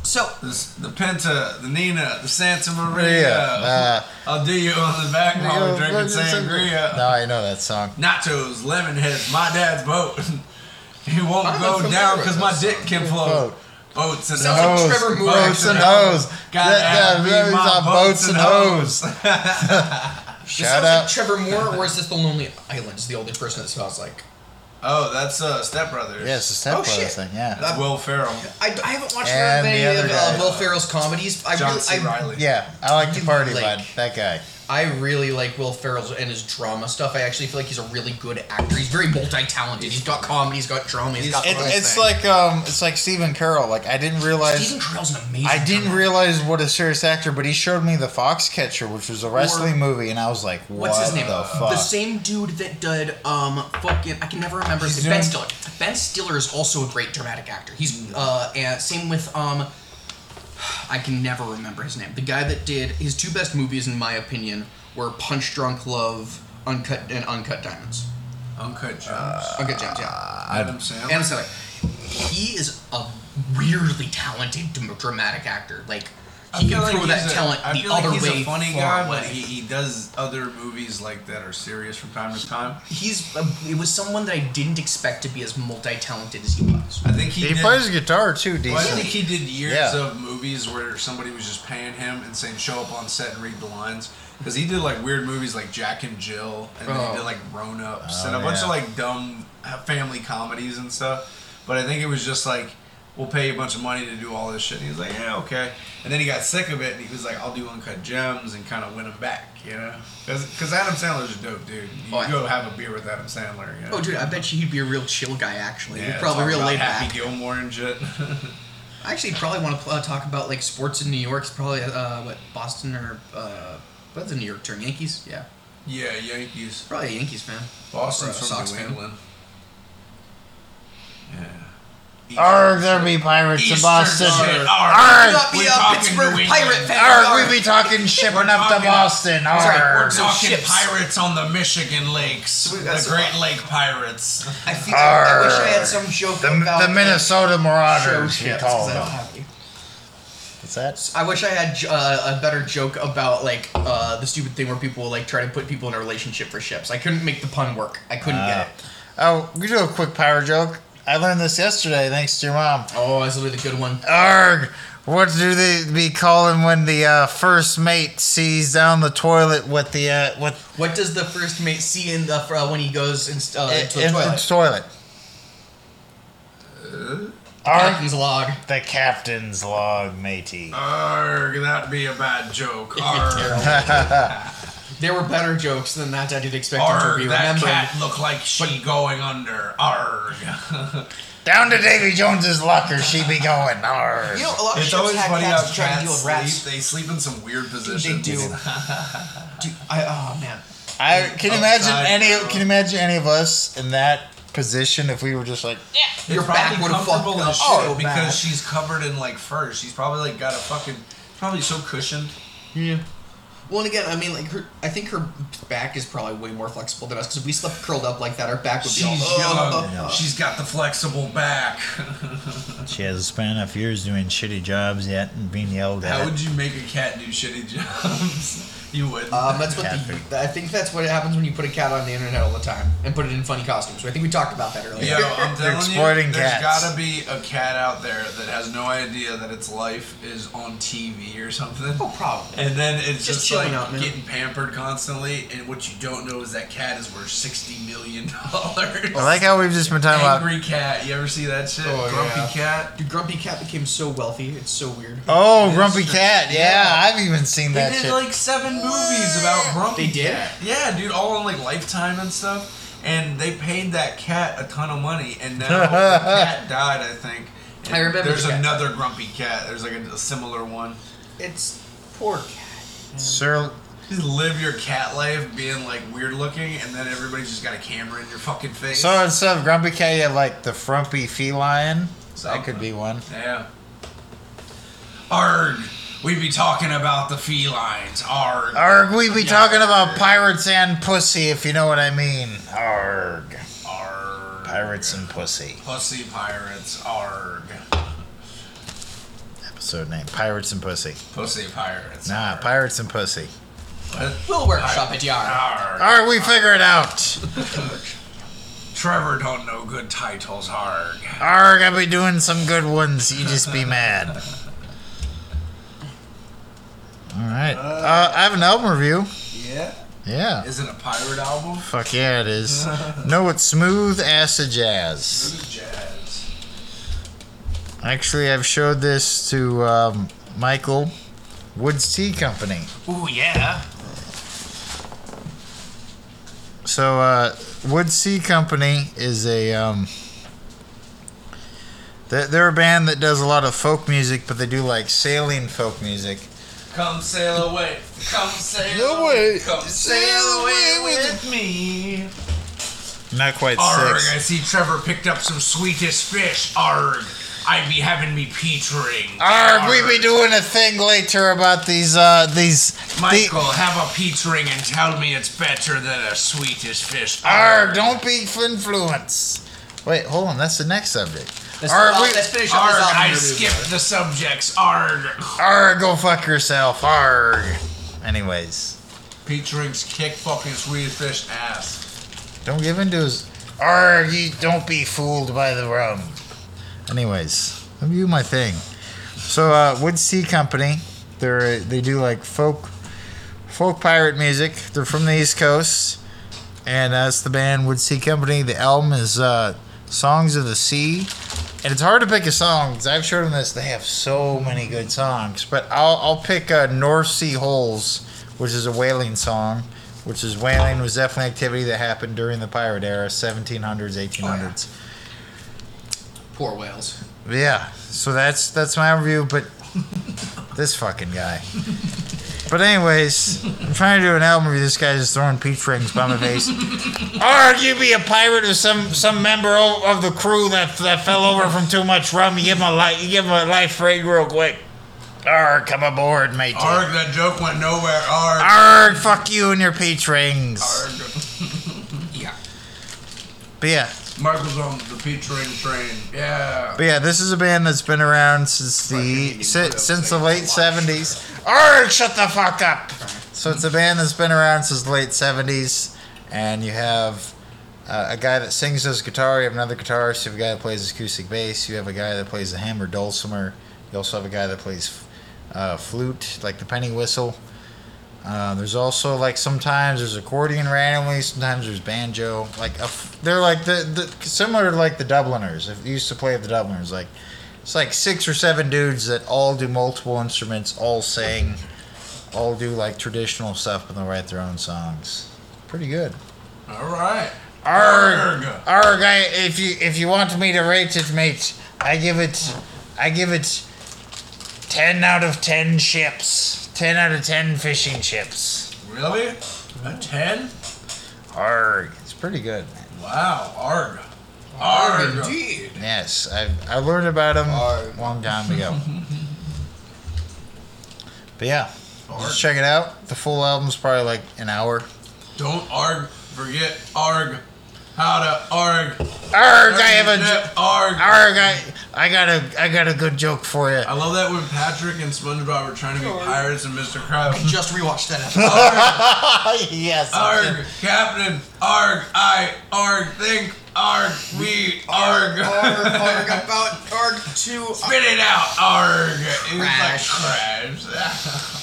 So
This, the Pinta, the Nina, the Santa Maria.
Yeah.
I'll do you on the back while
Uh,
we're drinking sangria.
No, I know that song.
Nachos, lemon heads, my dad's boat. [laughs] he won't
I'm
go
familiar
down
with
because my
that
dick can float.
Boat.
Boats and
Sounds like
hoes.
Trevor Moore.
Boats and hoes.
Gotta
That-
have
that-
me
that was
my
on boats and hoes.
this
Shout
sounds
out.
like Trevor
[laughs]
Moore, or is this the Lonely Island? Is the only person that smells like?
Oh, that's uh, Step Brothers.
Yes, the Step
Oh,
Brothers
shit.
thing. Yeah.
That's Will Ferrell.
I, I haven't watched
And
very
the
many
other
of uh,
guy.
Will Ferrell's comedies. I
John
really,
C.
I-
Riley.
Yeah, I like to party,
Like-
bud. That guy.
I really like Will Ferrell and his drama stuff. I actually feel like he's a really good actor. He's very multi-talented. He's got comedy. He's got drama. he's
He's-
got the
It,
whole
it's
thing.
like um, it's like Stephen Carell. Like I didn't realize
Stephen Carell's an amazing.
I didn't
realize
realize what a serious actor, but he showed me The Foxcatcher, which was a wrestling movie, and I was like, what
What's his name?
the fuck?
same dude that did um fucking I can never remember his
He's
name. Ben Stiller.
doing-
Ben Stiller is also a great dramatic actor. He's uh and same with um I can never remember his name. The guy that did his two best movies in my opinion were Punch Drunk Love, Uncut and Uncut Diamonds.
Uncut Gems.
Uncut Gems, yeah.
Adam Sandler.
Adam Sandler. He is a weirdly talented dram- dramatic actor. Like
I
he
feel
can
like
throw that
he's a-
talent
I
the
feel
other
like he's
way.
a funny
far
guy,
away.
but he, he does other movies like that are serious from time to time.
he's. uh, it was someone that I didn't expect to be as multi-talented as he was.
I think he,
He
did,
plays guitar too,
Well, I
decent.
think he did years
Yeah.
of movies where somebody was just paying him and saying, "Show up on set and read the lines." Because he did like weird movies like Jack and Jill, and then
Oh.
he did like Grown Ups
Oh,
and a bunch
yeah.
of like dumb uh, family comedies and stuff. But I think it was just like, "We'll pay you a bunch of money to do all this shit." And he was like, "Yeah, okay." And then he got sick of it, and he was like, "I'll do Uncut Gems and kind of win him back," you know? Because Adam Sandler's a dope dude. You
Oh, yeah.
go have a beer with Adam Sandler. You know?
Oh, dude, I bet you he'd be a real chill guy. Actually,
Yeah,
he'd probably
talk
real
about
laid
Happy
back.
Gilmore and shit. [laughs]
I actually probably want to pl- uh, talk about like sports in New York. It's probably uh, what Boston or uh, what's the New York term? Yankees. Yeah,
yeah, Yankees.
probably a Yankees fan.
Boston's
Or a
from
Sox
New
fan.
England. Yeah.
Arg, there be pirates in
Eastern
Boston.
shit.
Arg,
Arg.
Not be
We're
a
talking
Pittsburgh
New England.
pirate fan.
Arg, we be
[laughs]
talking shipping up to
talking-
Boston.
Sorry, we're
Arg.
talking-
Talking
ships.
pirates on the Michigan Lakes,
We-
the
that's-
Great Lake Pirates.
I feel. Like, I wish I had
Arr.
some joke
The,
about
the
like,
Minnesota
show
Marauders, we
ships,
call
'cause I don't
them.
have any.
What's that?
I wish I had j- uh, a better joke about like uh, the stupid thing where people like try to put people in a relationship for ships. I couldn't make the pun work. I couldn't get it.
Oh, we do a quick pirate joke. I learned this yesterday, thanks to your mom.
Oh, this will be the good one.
Arg, what do they be calling when the uh, first mate sees down the toilet with the uh, with
What does the first mate see in the uh, when he goes in, uh, into the
in- in
toilet?
toilet? Arg,
Captain's log.
the captain's log, matey.
Arg, that'd be a bad [laughs] joke. Arg,
[laughs] There were better jokes than that I did expect him to
arg
be
that
remembering.
cat looked like she going under. Arg.
[laughs]
Down to Davy Jones's locker, she be going. Arg.
You know, a lot of
It's
shows
always
have
funny how cats
cats to try to deal with rats.
sleep. They sleep in some weird
They
positions.
do.
[laughs]
do I, oh man.
I can you imagine
Outside
any.
girl.
Can you imagine any of us in that position if we were just like,
It's
Your
probably
back would've
comfortable
fucked
as
up Oh, so
shit because
bad.
she's covered in like fur. She's probably like got a fucking probably so cushioned.
Yeah. Well, and again, I mean, like her. I think her back is probably way more flexible than us because if we slept curled up like that, our back would be
She's
all.
young.
Oh,
She's got the flexible back.
she hasn't spent enough years doing shitty jobs yet and being yelled
How would you make a cat do shitty jobs? [laughs] you wouldn't.
Um, that's what
Cat food.
the, I think that's what happens when you put a cat on the internet all the time and put it in funny costumes. I think we talked about that earlier. [laughs]
Yo, I'm
They're
telling
exploiting
you, there's
cats.
gotta be a cat out there that has no idea that its life is on TV or something.
Oh, probably.
And then it's
Just
just,
chilling
like
out, man.
getting pampered constantly. And what you don't know is that cat is worth sixty million dollars.
I like how we've just been
[laughs]
talking about.
angry cat. You ever see that shit?
Oh,
Grumpy
yeah.
cat.
Dude, Grumpy Cat became so wealthy. It's so weird.
Oh,
Yes.
Grumpy Cat. Yeah, I've even seen
They
that
did
shit.
like seven movies about Grumpy.
They did?
Cat. Yeah, dude, all on like Lifetime and stuff. And they paid that cat a ton of money. And now
[laughs]
the cat died, I think. And
I remember
There's
the cat.
another Grumpy cat. There's like a, a similar one.
It's poor cat.
Sir,
Just live your cat life being like weird looking, and then everybody's just got a camera in your fucking face.
so instead of Grumpy Cat, you have like the Frumpy Feline. That could be one.
Yeah. Arg. We'd be talking about the felines. Arg.
Arg, we be talking about pirates and pussy, if you know what I mean. Arg.
Arg.
Pirates and pussy.
Pussy pirates. Arg.
Episode name Pirates and Pussy.
Pussy pirates.
Nah,
arg.
Pirates and Pussy.
What?
We'll workshop at Yara.
Arg.
Alright, we figure it out.
Trevor don't know good titles. Arg.
Arg, I'll be doing some good ones. You just be mad. Alright. Uh, I have an album review.
Yeah.
Yeah.
Is it a pirate album?
Fuck yeah, it is. No, it's smooth acid jazz.
Smooth jazz.
Actually, I've showed this to um, Michael Woods Tea Company.
Ooh yeah.
So uh, Wood Sea Company is a um, they're, they're a band that does a lot of folk music, but they do like sailing folk music.
Come sail away. Come sail
No
away.
way.
Come
Sail
sail away
away
with, me.
Not quite
Arg, I
six.
see Trevor picked up some sweetest fish. Arg, I be having me peach ring.
Arg, we be doing a thing later about these uh these
Michael,
The,
have a peach ring and tell me it's better than a sweetest fish.
Arg, don't be influenced. Wait, hold on. That's the next subject.
Let's,
Arg,
oh,
we-
let's finish up
Arg,
this album
I
review.
skipped the subjects. Arg.
Arg, go fuck yourself. Arg. Anyways.
Peach rings kick fucking sweetest fish ass.
Don't give in to his. Arg, you don't be fooled by the rum. Anyways, let me do my thing. So, uh, Wood Sea Company, they're they do like folk, folk pirate music. They're from the East Coast, and that's the band Wood Sea Company. The album is uh, Songs of the Sea, and it's hard to pick a song because I've showed them this. They have so many good songs, but I'll I'll pick uh, North Sea Holes, which is a whaling song which is whaling was definitely an activity that happened during the pirate era 1700s 1800s
Poor whales.
yeah. so that's that's my review but this fucking guy but anyways i'm trying to do an album review this guy's just throwing peach rings by my face or you be a pirate or some some member o- of the crew that that fell over from too much rum you give him a life you give him a life rig real quick Arg, come aboard, mate. Arg,
Arg, that joke went nowhere. Arg.
fuck you and your peach rings.
Arg.
Yeah.
But yeah,
Michael's on the peach ring train. Yeah.
But yeah, this is a band that's been around since the
Fucking
since,
Europe
since the
thing.
late seventies. Arg, shut the fuck up. So it's a band that's been around since the late seventies, and you have uh, a guy that sings his guitar. You have another guitarist. You have a guy that plays acoustic bass. You have a guy that plays the hammer dulcimer. You also have a guy that plays uh, flute, like the penny whistle. Uh, there's also like sometimes there's accordion randomly, sometimes there's banjo. Like a f- they're like the, the similar to like the Dubliners. If you used to play with the Dubliners, like It's like six or seven dudes that all do multiple instruments, all sing, all do like traditional stuff, but they write their own songs. Pretty good.
All right.
Arg,
Arg.
arg! I, if you if you want me to rate it, mate, I give it, I give it, ten out of ten ships. Ten out of ten fishing chips.
Really? A 10?
Arg! It's pretty good. Man.
Wow. Arg. Arg.
Indeed.
Yes, I I learned about them a
Arg.
long time
[laughs]
ago. but yeah,
Arg.
just check it out. The full album's probably like an hour.
Don't arg. Forget arg. How to arg.
Arg! I have a jo-
Forget arg.
arg! I, I got a I got a good joke for you.
[laughs] I love that when Patrick and SpongeBob are trying to be pirates and Mr. [laughs] Krabs.
Just rewatched that episode.
yes.
Arg, Captain, arg, I, arg, think, arg, we, arg.
Arg, arg, about arg two.
[laughs] Spit it out, arg. It was like
Crash.
Krabs.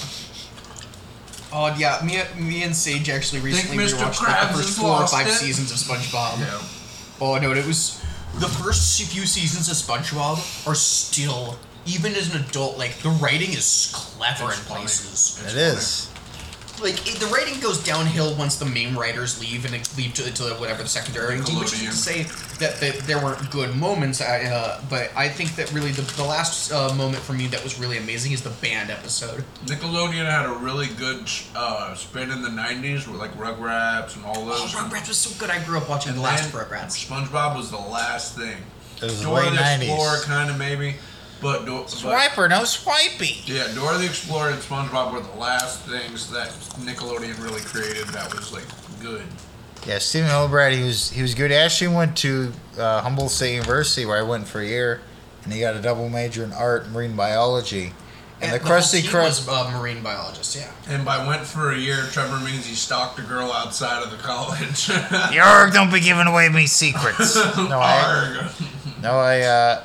Oh yeah, me, me and Sage actually recently
Mr.
rewatched
Krabs
like, the
has
first four or
lost
five
it?
seasons of SpongeBob.
yeah.
Oh no, it was the first few seasons of SpongeBob are still, even as an adult, like the writing is clever
It's
in
funny.
places.
It is.
Like it, the writing goes downhill once the main writers leave and it leave to, to whatever the secondary writing team. Which
Nickelodeon.
is to say that, that there weren't good moments, I, uh, but I think that really the, the last uh, moment for me that was really amazing is the band episode.
[laughs] Nickelodeon had a really good uh, spin in the 90s with like Rugrats and all
Oh,
those.
Rugrats was so good. I grew up watching
And
the last
then
Rugrats.
SpongeBob was the last thing.
It was the
Dora
late
the Explorer,
nineties.
kind of maybe. But, Dora. but
Swiper, no swipey.
Yeah, Dora the Explorer and SpongeBob were the last things that Nickelodeon really created that was like good.
Yeah, Stephen Albright, he was he was good. He actually went to uh, Humboldt State University where I went for a year, and he got a double major in art and marine biology. And, the,
whole
Krusty
team
Krust,
was uh, marine biologist. Yeah.
And by went for a year, Trevor means he stalked a girl outside of the college. [laughs]
Yarg, don't be giving away me secrets. no, I, [laughs]
Arg.
no, I, uh,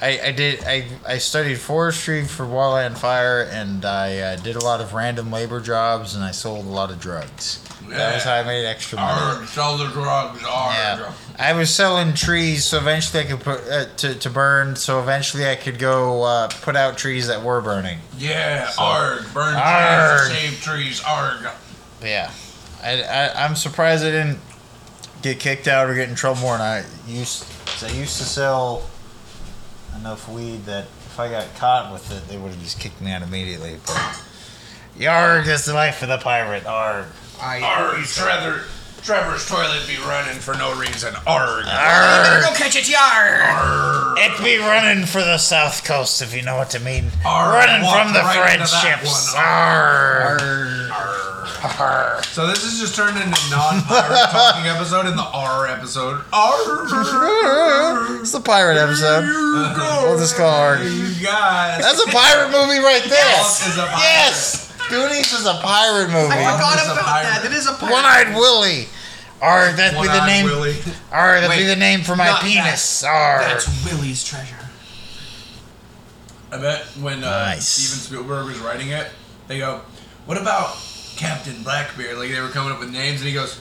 I, I did, I, I studied forestry for Wildland Fire, and I uh, did a lot of random labor jobs, and I sold a lot of drugs. That was how I made extra money.
Arg. Sell the drugs. Arg.
Yeah, I was selling trees, so eventually I could put uh, to to burn. So eventually I could go uh, put out trees that were burning.
Yeah, arg. Burn
Arg.
trees, save trees, arg.
Yeah, I, I I'm surprised I didn't get kicked out or get in trouble more. And I used 'cause I used to sell enough weed that if I got caught with it, they would have just kicked me out immediately. But yarg is the life of the pirate. Arg.
I.
Arg. Trevor, Trevor's toilet be running for no reason. Arg.
You better
Arg.
go catch it, yar.
Arg.
It be running for the south coast, if you know what I mean.
Arr,
running
walked
from the
right into that
friendships.
one.
Arr. Arr.
So this has just turned into
[laughs]
non-pirate talking episode in the R episode. Arg.
It's the pirate episode. We'll just call Arg.
You guys.
That's a pirate movie right there.
Yes, is a pirate.
Yes. Goonies is a pirate movie.
I
One
forgot
is a
about
pirate.
that. That is a pirate.
One eyed Willie. Arr, that'd be the
One-eyed
name.
Willy.
Arr, that'd be
Wait,
the name for my
not that.
penis. Arr.
That's Willie's treasure.
I bet when uh,
Nice.
Steven Spielberg was writing it, they go, "What about Captain Blackbeard?" Like they were coming up with names, and he goes,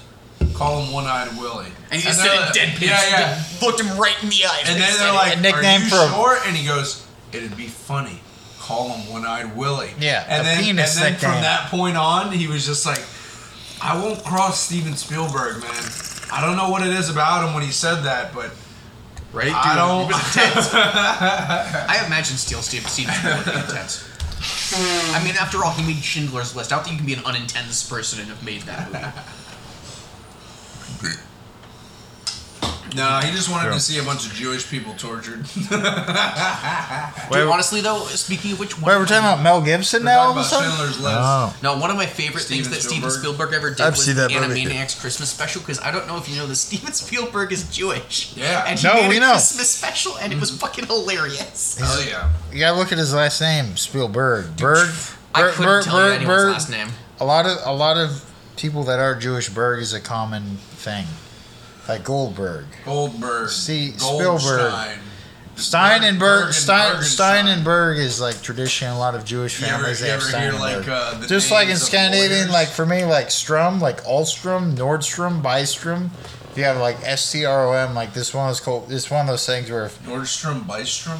"Call him One-Eyed Willie."
And he
they're
said
like-
it deadpan.
Yeah,
[laughs]
yeah.
Looked him right in the eyes.
And then
said
they're
it.
like,
A nickname
"Are you
for him."
sure?" And he goes, "It'd be funny. Call him One-Eyed Willie."
Yeah, a
And then,
penis
and then
nickname.
from that point on, he was just like, "I won't cross Steven Spielberg, man. I don't know what it is about him when he said that, but
right, dude.
I don't."
[laughs] I imagine Steel Steve Steven Spielberg being intense. I mean, after all, he made Schindler's List. I don't think you can be an unintense person and have made that movie.
no, he just wanted
Sure.
to see a bunch of Jewish people tortured. [laughs]
Wait,
Dude, honestly, though, speaking of which, one
wait,
of
we're
my-
talking about Mel Gibson
We're
now all of
talking
a
about
sudden?
Schindler's List.
Oh.
No, one of my favorite things
Steven
that Steven
Spielberg?
Spielberg ever did
I've
was
seen that
the
movie.
Animaniacs Christmas special because I don't know if you know this. Steven [laughs] Spielberg is Jewish.
Yeah.
and he
No,
made
we
a
know.
Christmas special, and it was fucking hilarious.
Hell yeah.
You gotta look at his last name, Spielberg. Berg.
I
Berg-
couldn't
Berg-
tell you
Berg-
anyone's
Berg-
last name.
A lot of a lot of people that are Jewish, Berg is a common thing. Like Goldberg,
Goldberg.
See,
Goldstein,
Spielberg. Stein and Berg, Stein,
Bergen-
Stein and Berg is like tradition. in A lot of Jewish
You ever-
families
you
they have
ever
Stein
hear,
and
like,
Berg.
uh, the
Just like in
names of
Scandinavian,
lawyers?
like for me, like Strum, like Alstrom, Nordstrom, Bystrom. If you have like S T R O M, like this one is called. This one of those things where if
Nordstrom, Bystrom.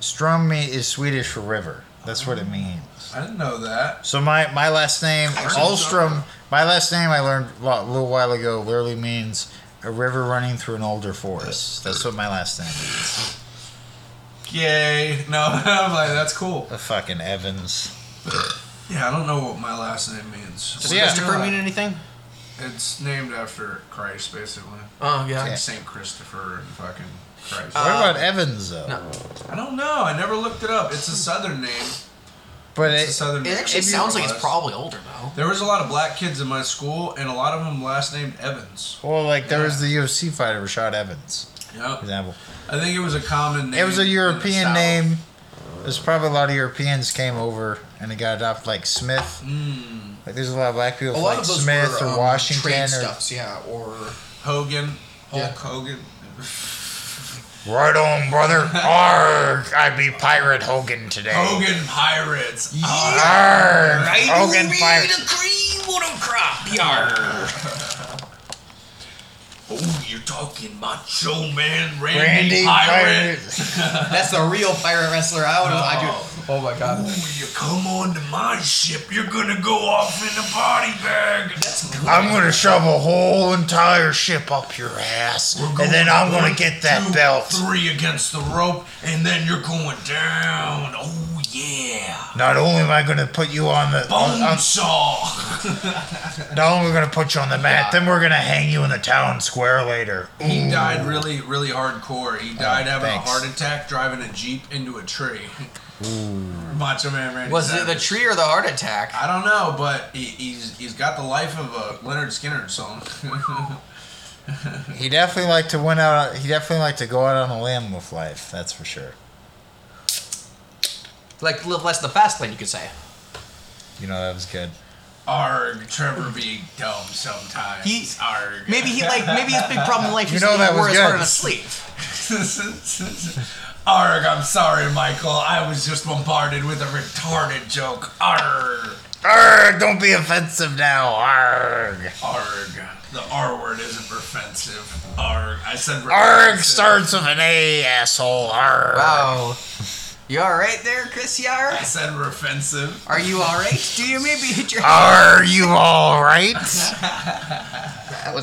Strömmi is Swedish for river. That's what
Oh.
it means.
I didn't know that.
So my, my last name Alstrom. My last name I learned a lot- a little while ago literally means a river running through an older forest. That's what my last name is.
Yay. [laughs] No, I'm like, that's cool.
A fucking Evans.
Yeah, I don't know what my last name means.
So
What
yeah.
does it
Christopher
mean?
mean anything?
It's named after Christ, basically.
Oh yeah.
Yeah.
St. Christopher and fucking Christ.
What
Uh,
about Evans though?
No.
I don't know. I never looked it up. It's a southern name.
But
It's a
it,
southern
It
name.
actually
Maybe
sounds like it's
was.
probably older though.
There was a lot of black kids in my school, and a lot of them last named Evans.
well, like there was the UFC fighter Rashad Evans, for
Yep.
example.
I think it was a common name.
It was a
in the
European
South.
name. There's probably a lot of Europeans came over and they got adopted, like Smith. Like there's a lot of black people,
A
from,
lot
like
of those
Smith
were,
or
um,
Washington
trade
or
stuffs, yeah, or
Hogan. Hulk
Yeah.
Hogan.
Right on, brother. Arg, I be Pirate Hogan today.
Hogan Pirates.
Arg,
Right,
Hogan
we
Pirate.
the cream on a crop, yar.
[laughs] Oh, you're talking Macho Man
Randy
Randy, Pirate.
Pirate.
That's a real pirate wrestler. I would, I
Oh.
do. Oh my god.
Oh, you come on to my ship, you're gonna go off in a body bag.
That's good.
I'm gonna shove a whole entire ship up your ass,
We're
and then
going
I'm gonna
one,
get that
two,
belt.
Three against the rope, and then you're going down. Oh yeah.
Not only am I gonna put you on the, on,
Bone
on,
saw.
not only we're gonna put you on the mat, then we're gonna hang you in the town square later.
He died really, really hardcore. He died having
thanks.
a heart attack driving a jeep into a tree. Macho Man Randy.
Was it the
Savage.
tree or the heart attack?
I don't know, but he, he's he's got the life of a Leonard Skinner song. [laughs]
He definitely liked to win out. He definitely liked to go out on a limb with life. That's for sure.
Like live less the fast lane, you could say.
You know that was good.
Arg, Trevor being dumb sometimes.
He-
Arg. [laughs]
Maybe he like maybe his big problem in life
You
is
know
that
that
he wore
was
his heart
good.
on a sleeve.
Arg, I'm sorry, Michael. I was just bombarded with a retarded joke. Arg.
Arg! Don't be offensive now. Arg!
Arg. The R word isn't offensive. Arg. I said
Arg
offensive.
starts with an A, asshole. Arg.
Wow. You all right there, Chris Yar?
I said offensive.
Are you all right? Do you maybe hit your
Are you all
[laughs]
right?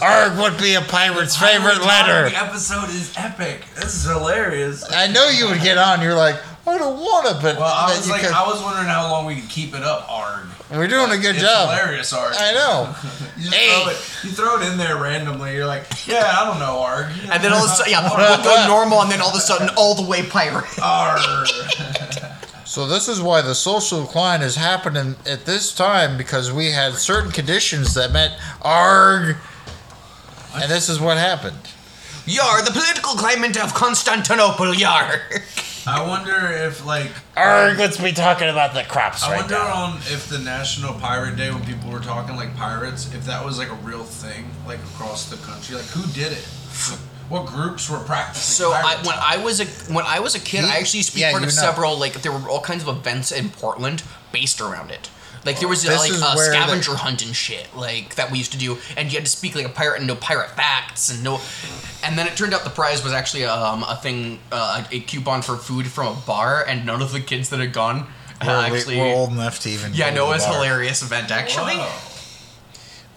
Arg would be a pirate's favorite
The
letter.
episode is epic. This is hilarious.
I know you would get on. You're like, I don't want to, but
Well, I
but
was
you
like,
could-
I was wondering how long we could keep it up, Arg.
we're doing a good
It's
job.
hilarious, Arg.
I know.
You just
Hey.
throw it. You throw it in there randomly. You're like, yeah, I don't know, Arg.
And then all of a sudden, yeah, we'll go normal, and then all of a sudden, all the way pirate.
[laughs] Arg.
So this is why the social decline is happening at this time because we had certain conditions that meant arg, and this is what happened.
Yar, the political climate of Constantinople, yar.
I wonder if like
Arg, let's be talking about the crops
I
right
wonder
now.
on if the National Pirate Day when people were talking like pirates, if that was like a real thing like across the country, like who did it? What groups were practicing?
So I,
pirates?
when I was a when I was a kid,
You-
I actually used to be
yeah,
part
you
of
know.
several like there were all kinds of events in Portland based around it. Like there was uh,
This
like
is
a
where the-
scavenger hunt and shit like that we used to do, and you had to speak like a pirate and no pirate facts and no. And then it turned out the prize was actually um, a thing, uh, a coupon for food from a bar, and none of the kids that had gone uh,
We're, we-
actually.
we're old enough to even.
yeah,
go
no,
to
it was
the
a
bar.
hilarious event actually.
Wow.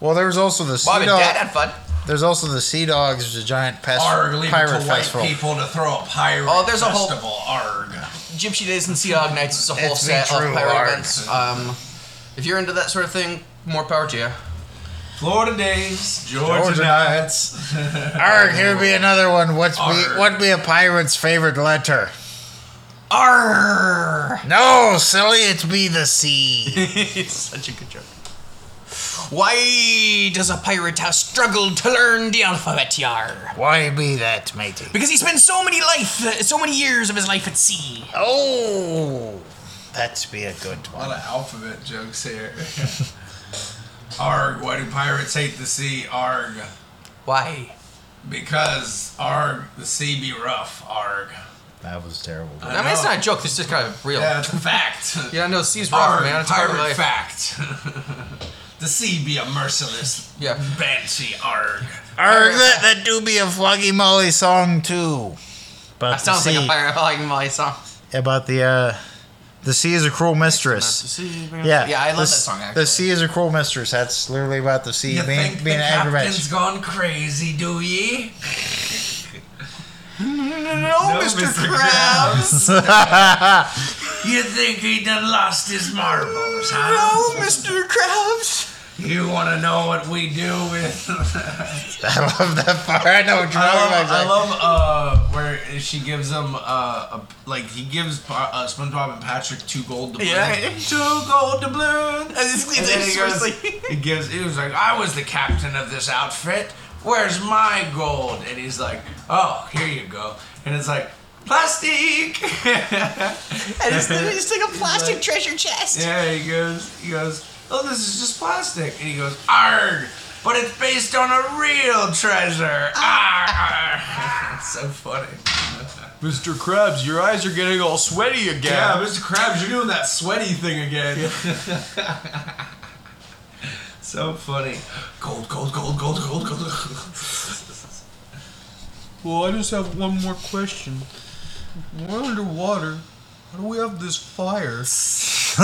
Well, there was also the sea
Bob and Dad
dog.
had fun.
There's also the sea dogs, which is a giant pest,
Arg, leave it
pirate
to
festival.
white people to throw a pirate
Oh, there's a whole-
festival. Arg.
Gypsy Days and Sea Dog Nights is a whole
It's me,
set of
true
pirate
art.
events. Um, if you're into that sort of thing, more power to you.
Florida days, Georgia,
Georgia
nights.
[laughs] Arg, here be another one. What's
Arg.
be, what be a pirate's favorite letter? [laughs]
Arr!
No, silly, it be the sea.
[laughs]
it's such a good joke. Why does a pirate have struggled to learn the alphabet, yar?
Why be that, matey?
Because he spends so many life, uh, so many years of his life at sea.
Oh, that's be a good
A lot
one.
of alphabet jokes here. [laughs] Arg, why do pirates hate the sea? Arg.
Why?
Because arg, the sea be rough. Arg.
That was terrible.
I
I mean, it's
know.
not a joke. It's just kind of real.
[laughs]
Yeah, it's a fact.
Yeah, no, sea's rough,
Arg,
man. It's hard
pirate
life.
fact. [laughs] the sea be a merciless
Yeah.
banshee. Arg.
Arg, that, that do be a Fluggy Molly song too. But
That sounds
the
[laughs] like a
sea-
pirate like my song.
about the uh, the sea is a cruel mistress. Yeah,
Yeah, I
the
love that
s-
song, actually.
The sea is a cruel mistress. That's literally about the sea
You
being
think
being
the
an aggravation. [laughs]
captain's gone crazy, do ye?
No,
Mr.
yeah,
You think he done lost his marbles,
No,
huh?
Mr. Krabs.
You want to know what we do with?
I love that part. I know what you're
I
talking about.
love,
It's
I
like-
love uh, where she gives him uh, a, like he gives Pa- uh, SpongeBob and Patrick two gold doubloons.
Yeah.
two gold doubloons.
And it's-
And
it's
then he goes,
just like-
he gives. He was like, I was the captain of this outfit. Where's my gold? And he's like, Oh, here you go. And it's like plastic.
And it's literally just like a plastic treasure chest.
Yeah, he goes, he goes, oh, this is just plastic. And he goes, arg, but it's based on a real treasure. Arg. it's [laughs] so funny.
Mr. Krabs, your eyes are getting all sweaty again.
Yeah, Mr. Krabs, you're doing that sweaty thing again. [laughs] so funny. Gold, gold, gold, gold, gold, gold.
Well, I just have one more question. We're underwater. How do we have this
[laughs]
fire?
this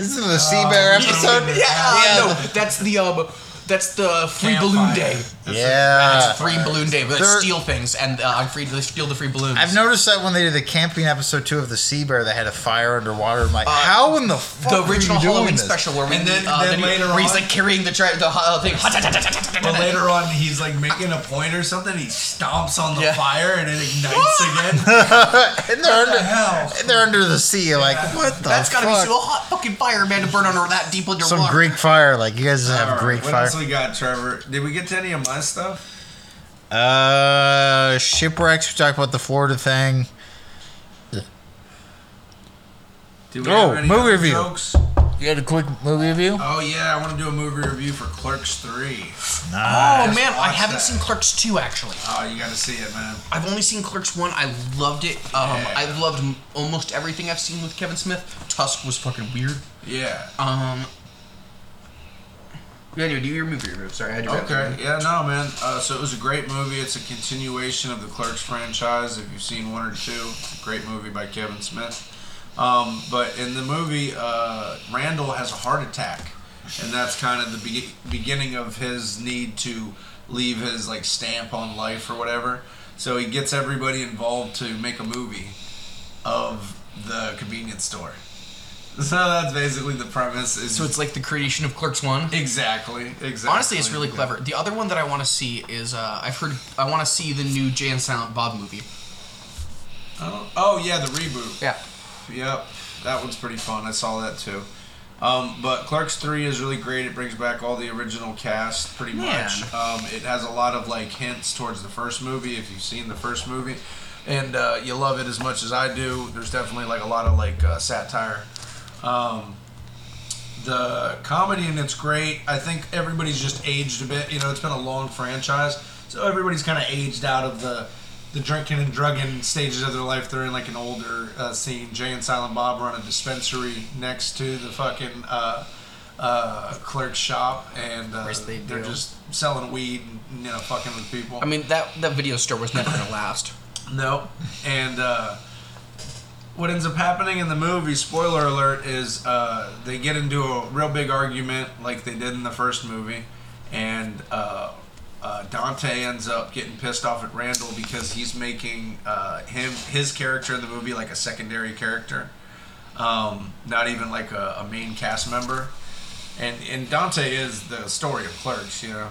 is the sea bear episode.
Oh, Yeah, uh, no, that's the um, that's the free balloon
Campfire.
day.
Yeah.
free balloon day, but they
There-
steal things and uh, on free they steal the free balloons.
I've noticed that when they did the camping episode two of the sea bear, they had a fire underwater. I'm like, how in the fuck
Uh, the
are
original
you doing
Halloween
this?
special where we
And then-
uh,
then
the-
later
where he's
on-
like carrying the tra- the uh, thing.
But later on, he's like making a point or something. He stomps on the
Yeah.
fire and it ignites again.
And they're under,
hell?
and they're under the sea. Like, what the
That's
fuck?
gotta be so hot fucking fire, man, to burn under that deep underwater.
Some Greek fire. Like, you guys have
All right,
Greek
what
fire.
else we got, Trevor? Did we get to any of my stuff?
Uh, shipwrecks. We talked about the Florida thing.
Do we
Oh,
have any
movie
other
review.
Jokes?
You had a quick movie review.
Oh yeah, I want to do a movie review for Clerks Three.
Oh man, I
Ah, watch
haven't
that.
seen Clerks 2 actually.
Oh, you got to see it, man.
I've only seen Clerks 1. I loved it. Um,
Yeah.
I've loved m- almost everything I've seen with Kevin Smith. Tusk was fucking weird.
Yeah.
Um. yeah, Anyway, do your movie review. Sorry, I had to wrap
Okay.
it up.
Yeah, no, man. Uh, so it was a great movie. It's a continuation of the Clerks franchise. If you've seen one or two, it's a great movie by Kevin Smith. Um, but in the movie, uh, Randall has a heart attack, and that's kind of the be- beginning of his need to leave his like stamp on life or whatever. So he gets everybody involved to make a movie of the convenience store. [laughs] So that's basically the premise. Is
So it's like the creation of Clerks 1.
exactly, exactly.
Honestly, it's
Oh,
really clever. The other one that I want to see is uh, I've heard I want to see the new Jay and Silent Bob movie.
Oh, oh yeah, the reboot.
Yeah.
Yep, that one's pretty fun. I saw that too. Um, but Clerks Three is really great. It brings back all the original cast, pretty much.
Man.
Um, it has a lot of like hints towards the first movie if you've seen the first movie, and uh, you love it as much as I do. There's definitely like a lot of like uh, satire. Um, the comedy and it's great. I think everybody's just aged a bit. You know, it's been a long franchise, so everybody's kind of aged out of the the drinking and drugging stages of their life. They're in like an older uh, scene. Jay and Silent Bob run a dispensary next to the fucking uh, uh, clerk's shop, and uh,
course they
they're
do.
just selling weed and you know fucking with people.
I mean that that video store was never gonna last.
No. And uh, what ends up happening in the movie, spoiler alert, is uh, they get into a real big argument like they did in the first movie. And uh, uh, Dante ends up getting pissed off at Randall because he's making uh, him his character in the movie like a secondary character, um, not even like a, a main cast member. And and Dante is the story of Clerks, you know.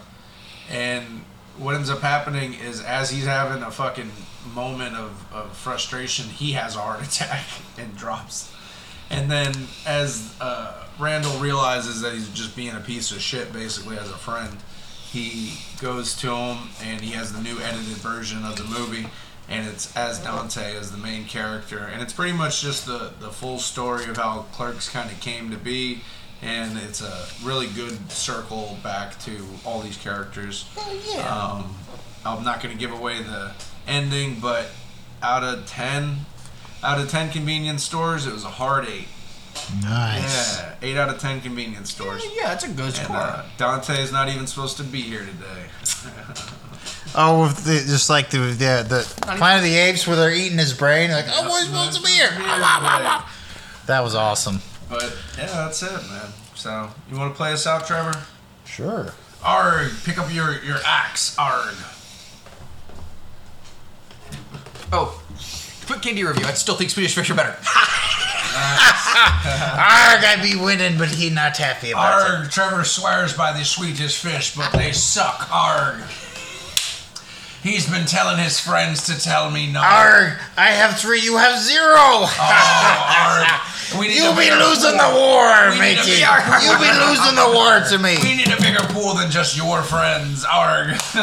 And what ends up happening is as he's having a fucking moment of, of frustration, he has a heart [laughs] attack and drops. And then as uh, Randall realizes that he's just being a piece of shit basically as a friend, he goes to him and he has the new edited version of the movie. And it's as Dante as the main character, and it's pretty much just the, the full story of how Clerks kind of came to be, and it's a really good circle back to all these characters. Um, I'm not going to give away the ending, but out of 10, out of 10 convenience stores, it was a hard 8.
Nice.
Yeah, 8 out of 10 convenience stores.
Yeah, it's a good
And
score.
uh, Dante is not even supposed to be here today.
Oh, with the, just like the, the the Planet of the Apes where they're eating his brain. Like, oh, we're supposed to be here.
Yeah,
That was awesome.
but, but, yeah, that's it, man. So you want to play us out, Trevor?
Sure.
Arg, pick up your your axe. Arg.
Oh, quick candy review. I still think Swedish fish are better. [laughs]
Arg, I be winning, but he not happy about it.
Arg. Trevor swears by the sweetest fish, but they suck. Arg. He's been telling his friends to tell me no. [laughs]
Arg, I have three, you have zero. [laughs]
Oh, arg. Oh, We need
You'll
a
be
bigger
losing the
pool.
war,
We need to
Mickey.
be our-
You'll be losing the war to me.
We need a bigger pool than just your friends. Arg. [laughs]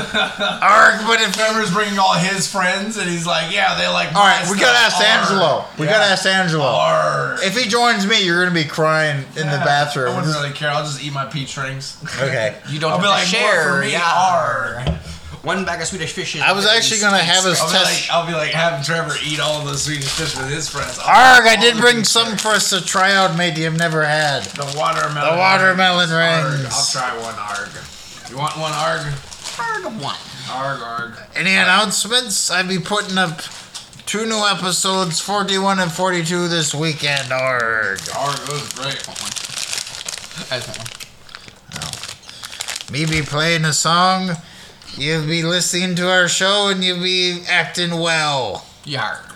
Arg, but if
Trevor's bringing all his friends, and he's like, yeah, they like.
all right,
my
we gotta ask
stuff. Arg.
Angelo. We
Yeah.
gotta ask Angelo.
Arg.
If he joins me, you're gonna be crying in the
I
bathroom.
wouldn't really care. I'll just eat my peach rings.
[laughs] Okay.
You don't
I'll be
have to
like,
share.
more for me.
yeah.
Arg.
One bag of Swedish fish is.
I was actually gonna have his
I'll be
test.
like, I'll be like having Trevor eat all the Swedish fish with his friends.
Arg, I did bring some for us to try out, medium never had.
The watermelon.
The watermelon
Arg.
rings.
I'll try one arg. You want one arg?
Arg one.
Arg arg.
Any announcements? I'd be putting up two new episodes, 41 and 42, this weekend. Arg.
Arg was great.
I just want one.
Me be playing a song, you'll be listening to our show, and you'll be acting well.
Yarg.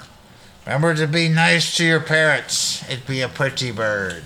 Remember to be nice to your parents. It'd be a pretty bird.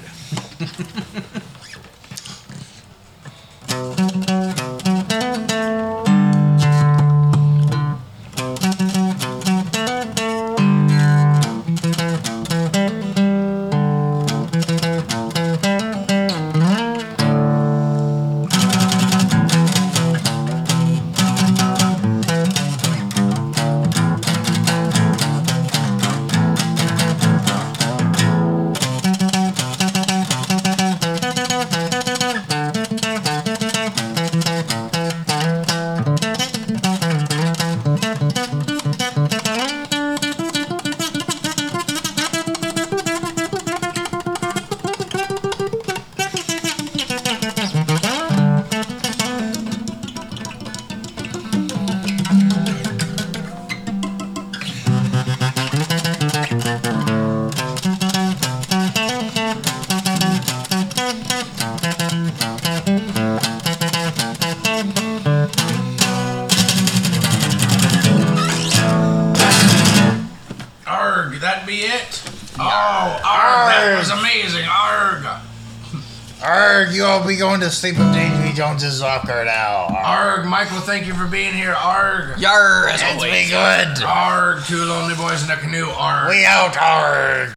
Arg. That be it. Oh, arg. That
Arg.
was amazing. Arg.
Arg, you all be going to sleep with Davy Jones's soccer now. Arg.
Arg. Michael, thank you for being here. Arg.
Yarr, as
It's
always.
be good.
Arg. Two lonely boys in a canoe. Arg.
We out, arg.